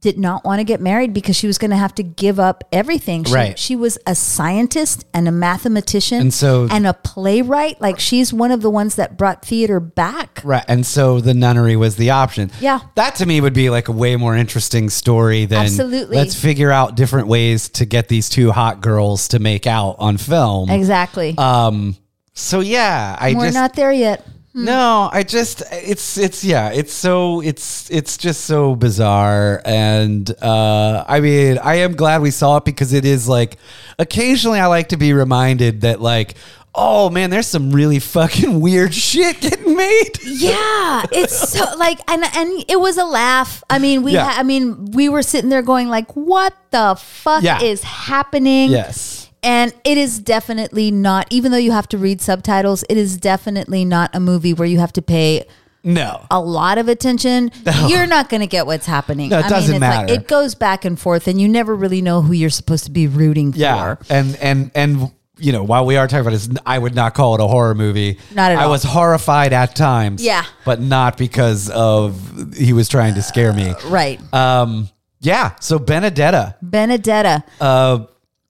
Speaker 1: did not want to get married because she was going to have to give up everything. She,
Speaker 2: Right.
Speaker 1: she was a scientist and a mathematician
Speaker 2: And so-
Speaker 1: and a playwright. Like she's one of the ones that brought theater back.
Speaker 2: Right. And so the nunnery was the option.
Speaker 1: Yeah.
Speaker 2: That to me would be like a way more interesting story than
Speaker 1: Absolutely.
Speaker 2: let's figure out different ways to get these two hot girls to make out on film.
Speaker 1: Exactly.
Speaker 2: Um so yeah, I
Speaker 1: We're
Speaker 2: Mm. just
Speaker 1: not there yet.
Speaker 2: No, I just it's it's yeah, it's so it's it's just so bizarre and uh I mean, I am glad we saw it because it is like occasionally I like to be reminded that like oh man, there's some really fucking weird shit getting made.
Speaker 1: Yeah, it's so like and and it was a laugh. I mean, we
Speaker 2: Yeah.
Speaker 1: ha- I mean, we were sitting there going like what the fuck
Speaker 2: Yeah.
Speaker 1: is happening?
Speaker 2: Yes.
Speaker 1: And it is definitely not even though you have to read subtitles, it is definitely not a movie where you have to pay
Speaker 2: No.
Speaker 1: a lot of attention, you're not going to get what's happening.
Speaker 2: No, it doesn't
Speaker 1: it's
Speaker 2: matter.
Speaker 1: Like, it goes back and forth, and you never really know who you're supposed to be rooting
Speaker 2: Yeah.
Speaker 1: for.
Speaker 2: And and and you know, while we are talking about it, I would not call it a horror movie.
Speaker 1: Not at
Speaker 2: I
Speaker 1: all.
Speaker 2: was horrified at times.
Speaker 1: Yeah.
Speaker 2: But not because of he was trying to scare me.
Speaker 1: Right.
Speaker 2: Um yeah, so Benedetta.
Speaker 1: Benedetta.
Speaker 2: Uh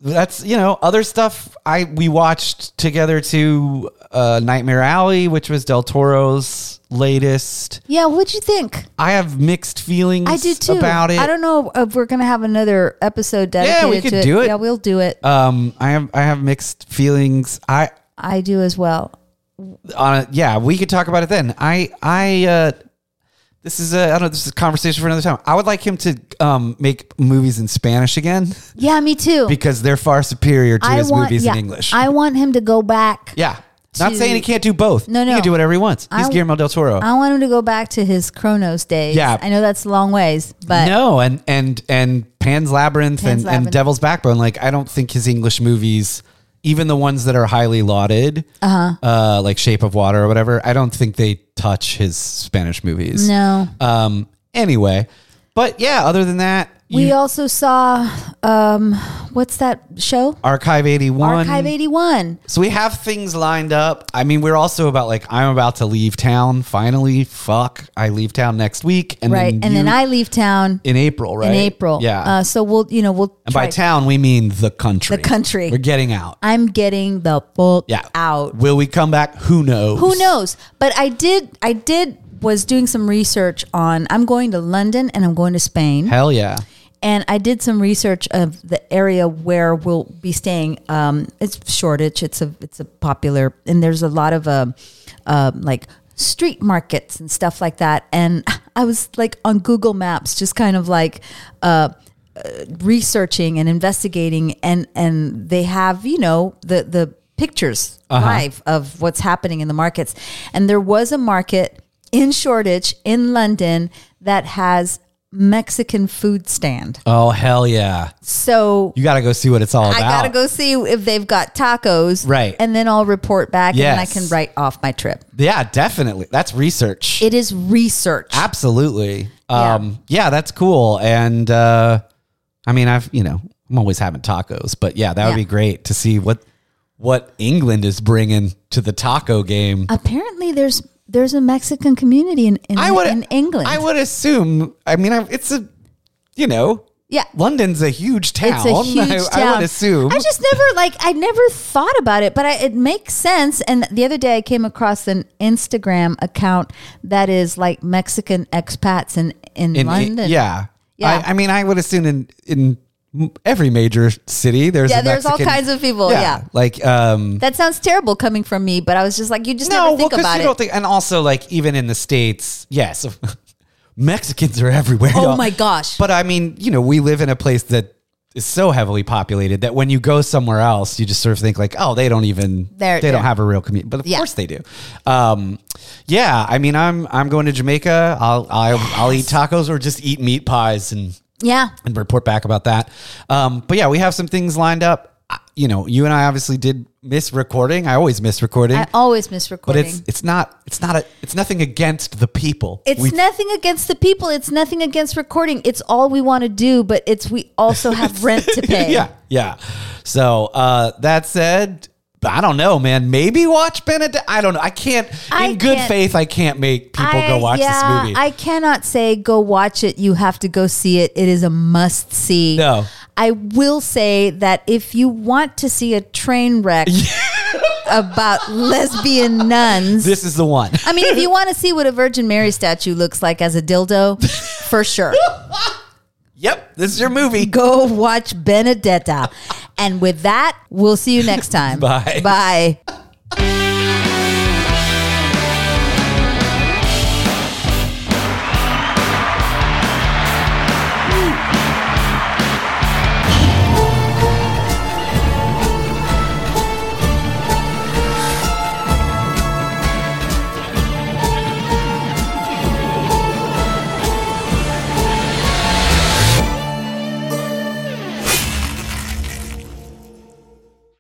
Speaker 2: that's you know, other stuff I we watched together to uh Nightmare Alley, which was Del Toro's latest.
Speaker 1: Yeah, what'd you think?
Speaker 2: I have mixed feelings
Speaker 1: I do too.
Speaker 2: about it.
Speaker 1: I don't know if we're gonna have another episode dedicated
Speaker 2: Yeah, we could
Speaker 1: to it.
Speaker 2: do it.
Speaker 1: Yeah, we'll do it.
Speaker 2: um I have I have mixed feelings. I
Speaker 1: I do as well.
Speaker 2: on a, yeah, we could talk about it then. I I uh this is a I don't know this is a conversation for another time. I would like him to um make movies in Spanish again
Speaker 1: Yeah, me too.
Speaker 2: because they're far superior to his movies
Speaker 1: yeah,
Speaker 2: in English.
Speaker 1: I want him to go back.
Speaker 2: yeah. Not
Speaker 1: to-
Speaker 2: saying he can't do both.
Speaker 1: No,
Speaker 2: He
Speaker 1: no.
Speaker 2: can do whatever he wants. He's
Speaker 1: I-
Speaker 2: Guillermo del Toro.
Speaker 1: I want him to go back to his Chronos days.
Speaker 2: Yeah.
Speaker 1: I know that's a long ways, but
Speaker 2: no, and and and Pan's Labyrinth
Speaker 1: Pan's
Speaker 2: and, and
Speaker 1: Labyrinth.
Speaker 2: Devil's Backbone. Like I don't think his English movies, even the ones that are highly lauded, uh-huh. like Shape of Water or whatever, I don't think they touch his Spanish movies.
Speaker 1: No.
Speaker 2: Um. Anyway, but yeah. Other than that,
Speaker 1: we
Speaker 2: you-
Speaker 1: also saw um, what's that show?
Speaker 2: Archive eighty one.
Speaker 1: Archive eighty one.
Speaker 2: So we have things lined up. I mean, we're also about like I'm about to leave town. Finally, fuck, I leave town next week, and
Speaker 1: Right.
Speaker 2: then
Speaker 1: and then
Speaker 2: you-
Speaker 1: I leave town
Speaker 2: in April, right?
Speaker 1: in April.
Speaker 2: Yeah.
Speaker 1: Uh, so we'll you know, we'll
Speaker 2: And by
Speaker 1: try-
Speaker 2: town, we mean the country.
Speaker 1: The country.
Speaker 2: We're getting out.
Speaker 1: I'm getting the book
Speaker 2: Yeah.
Speaker 1: out.
Speaker 2: Will we come back? Who knows?
Speaker 1: Who knows? But I did. I did was doing some research on. I'm going to London and I'm going to Spain,
Speaker 2: Hell yeah.
Speaker 1: and I did some research of the area where we'll be staying. Um, it's Shoreditch. It's a it's a popular and there's a lot of um, um like street markets and stuff like that. And I was like on Google Maps, just kind of like researching and investigating and and they have you know the the pictures
Speaker 2: Uh-huh.
Speaker 1: live of what's happening in the markets and there was a market in Shoreditch in London that has Mexican food stand
Speaker 2: Oh hell yeah.
Speaker 1: so
Speaker 2: You got to go see what it's all
Speaker 1: I
Speaker 2: about.
Speaker 1: gotta go see if they've got tacos
Speaker 2: Right.
Speaker 1: and then I'll report back and then I
Speaker 2: Yes.
Speaker 1: can write off my trip
Speaker 2: Yeah, definitely. That's research.
Speaker 1: it is research
Speaker 2: Absolutely.
Speaker 1: Yeah.
Speaker 2: Um, yeah. that's cool. And uh, I mean, I've you know, I'm always having tacos, but yeah, that would
Speaker 1: Yeah.
Speaker 2: be great to see what what England is bringing to the taco game.
Speaker 1: apparently there's there's a Mexican community in in,
Speaker 2: I would
Speaker 1: in England
Speaker 2: I would assume. I mean, I, it's a you know,
Speaker 1: yeah
Speaker 2: London's a huge town.
Speaker 1: It's a huge
Speaker 2: I,
Speaker 1: town.
Speaker 2: I would assume.
Speaker 1: I just never like I never thought about it, but I, it makes sense. And the other day, I came across an Instagram account that is like Mexican expats in in,
Speaker 2: in
Speaker 1: London.
Speaker 2: yeah.
Speaker 1: Yeah.
Speaker 2: I, I mean, I would assume in in every major city there's
Speaker 1: yeah.
Speaker 2: a
Speaker 1: There's all
Speaker 2: Mexican-
Speaker 1: kinds of people. Yeah.
Speaker 2: yeah, like um
Speaker 1: that sounds terrible coming from me, but I was just like, you just never think
Speaker 2: 'cause
Speaker 1: about
Speaker 2: you
Speaker 1: it.
Speaker 2: don't think, and also like even in the states, yes, Mexicans are everywhere.
Speaker 1: Oh
Speaker 2: y'all.
Speaker 1: my gosh.
Speaker 2: But I mean, you know, we live in a place that is so heavily populated that when you go somewhere else, you just sort of think like, oh, they don't even
Speaker 1: They're-
Speaker 2: they don't
Speaker 1: they're-
Speaker 2: have a real community. But of
Speaker 1: Yeah.
Speaker 2: course they do. Um, yeah, I mean, I'm I'm going to Jamaica. I'll I'll, I'll eat tacos or just eat meat pies and
Speaker 1: yeah,
Speaker 2: and report back about that. Um, but yeah, we have some things lined up. I- You know, you and I obviously did miss recording. I always miss recording.
Speaker 1: I always miss
Speaker 2: But
Speaker 1: recording.
Speaker 2: it's it's not it's not a it's nothing against the people.
Speaker 1: It's
Speaker 2: We-
Speaker 1: nothing against the people. It's nothing against recording. It's all we want to do, but it's we also have rent to pay.
Speaker 2: yeah yeah. So uh, that said, I don't know, man. Maybe watch Benedict. I don't know. I can't.
Speaker 1: I
Speaker 2: in good
Speaker 1: can't-
Speaker 2: faith, I can't make people
Speaker 1: I-
Speaker 2: go watch
Speaker 1: yeah,
Speaker 2: this movie.
Speaker 1: I cannot say go watch it. You have to go see it. It is a must see.
Speaker 2: No.
Speaker 1: I will say that if you want to see a train wreck about lesbian nuns,
Speaker 2: this is the one.
Speaker 1: I mean, if you want to see what a Virgin Mary statue looks like as a dildo, for sure,
Speaker 2: yep, this is your movie.
Speaker 1: go watch Benedetta. And with that, we'll see you next time.
Speaker 2: Bye.
Speaker 1: Bye.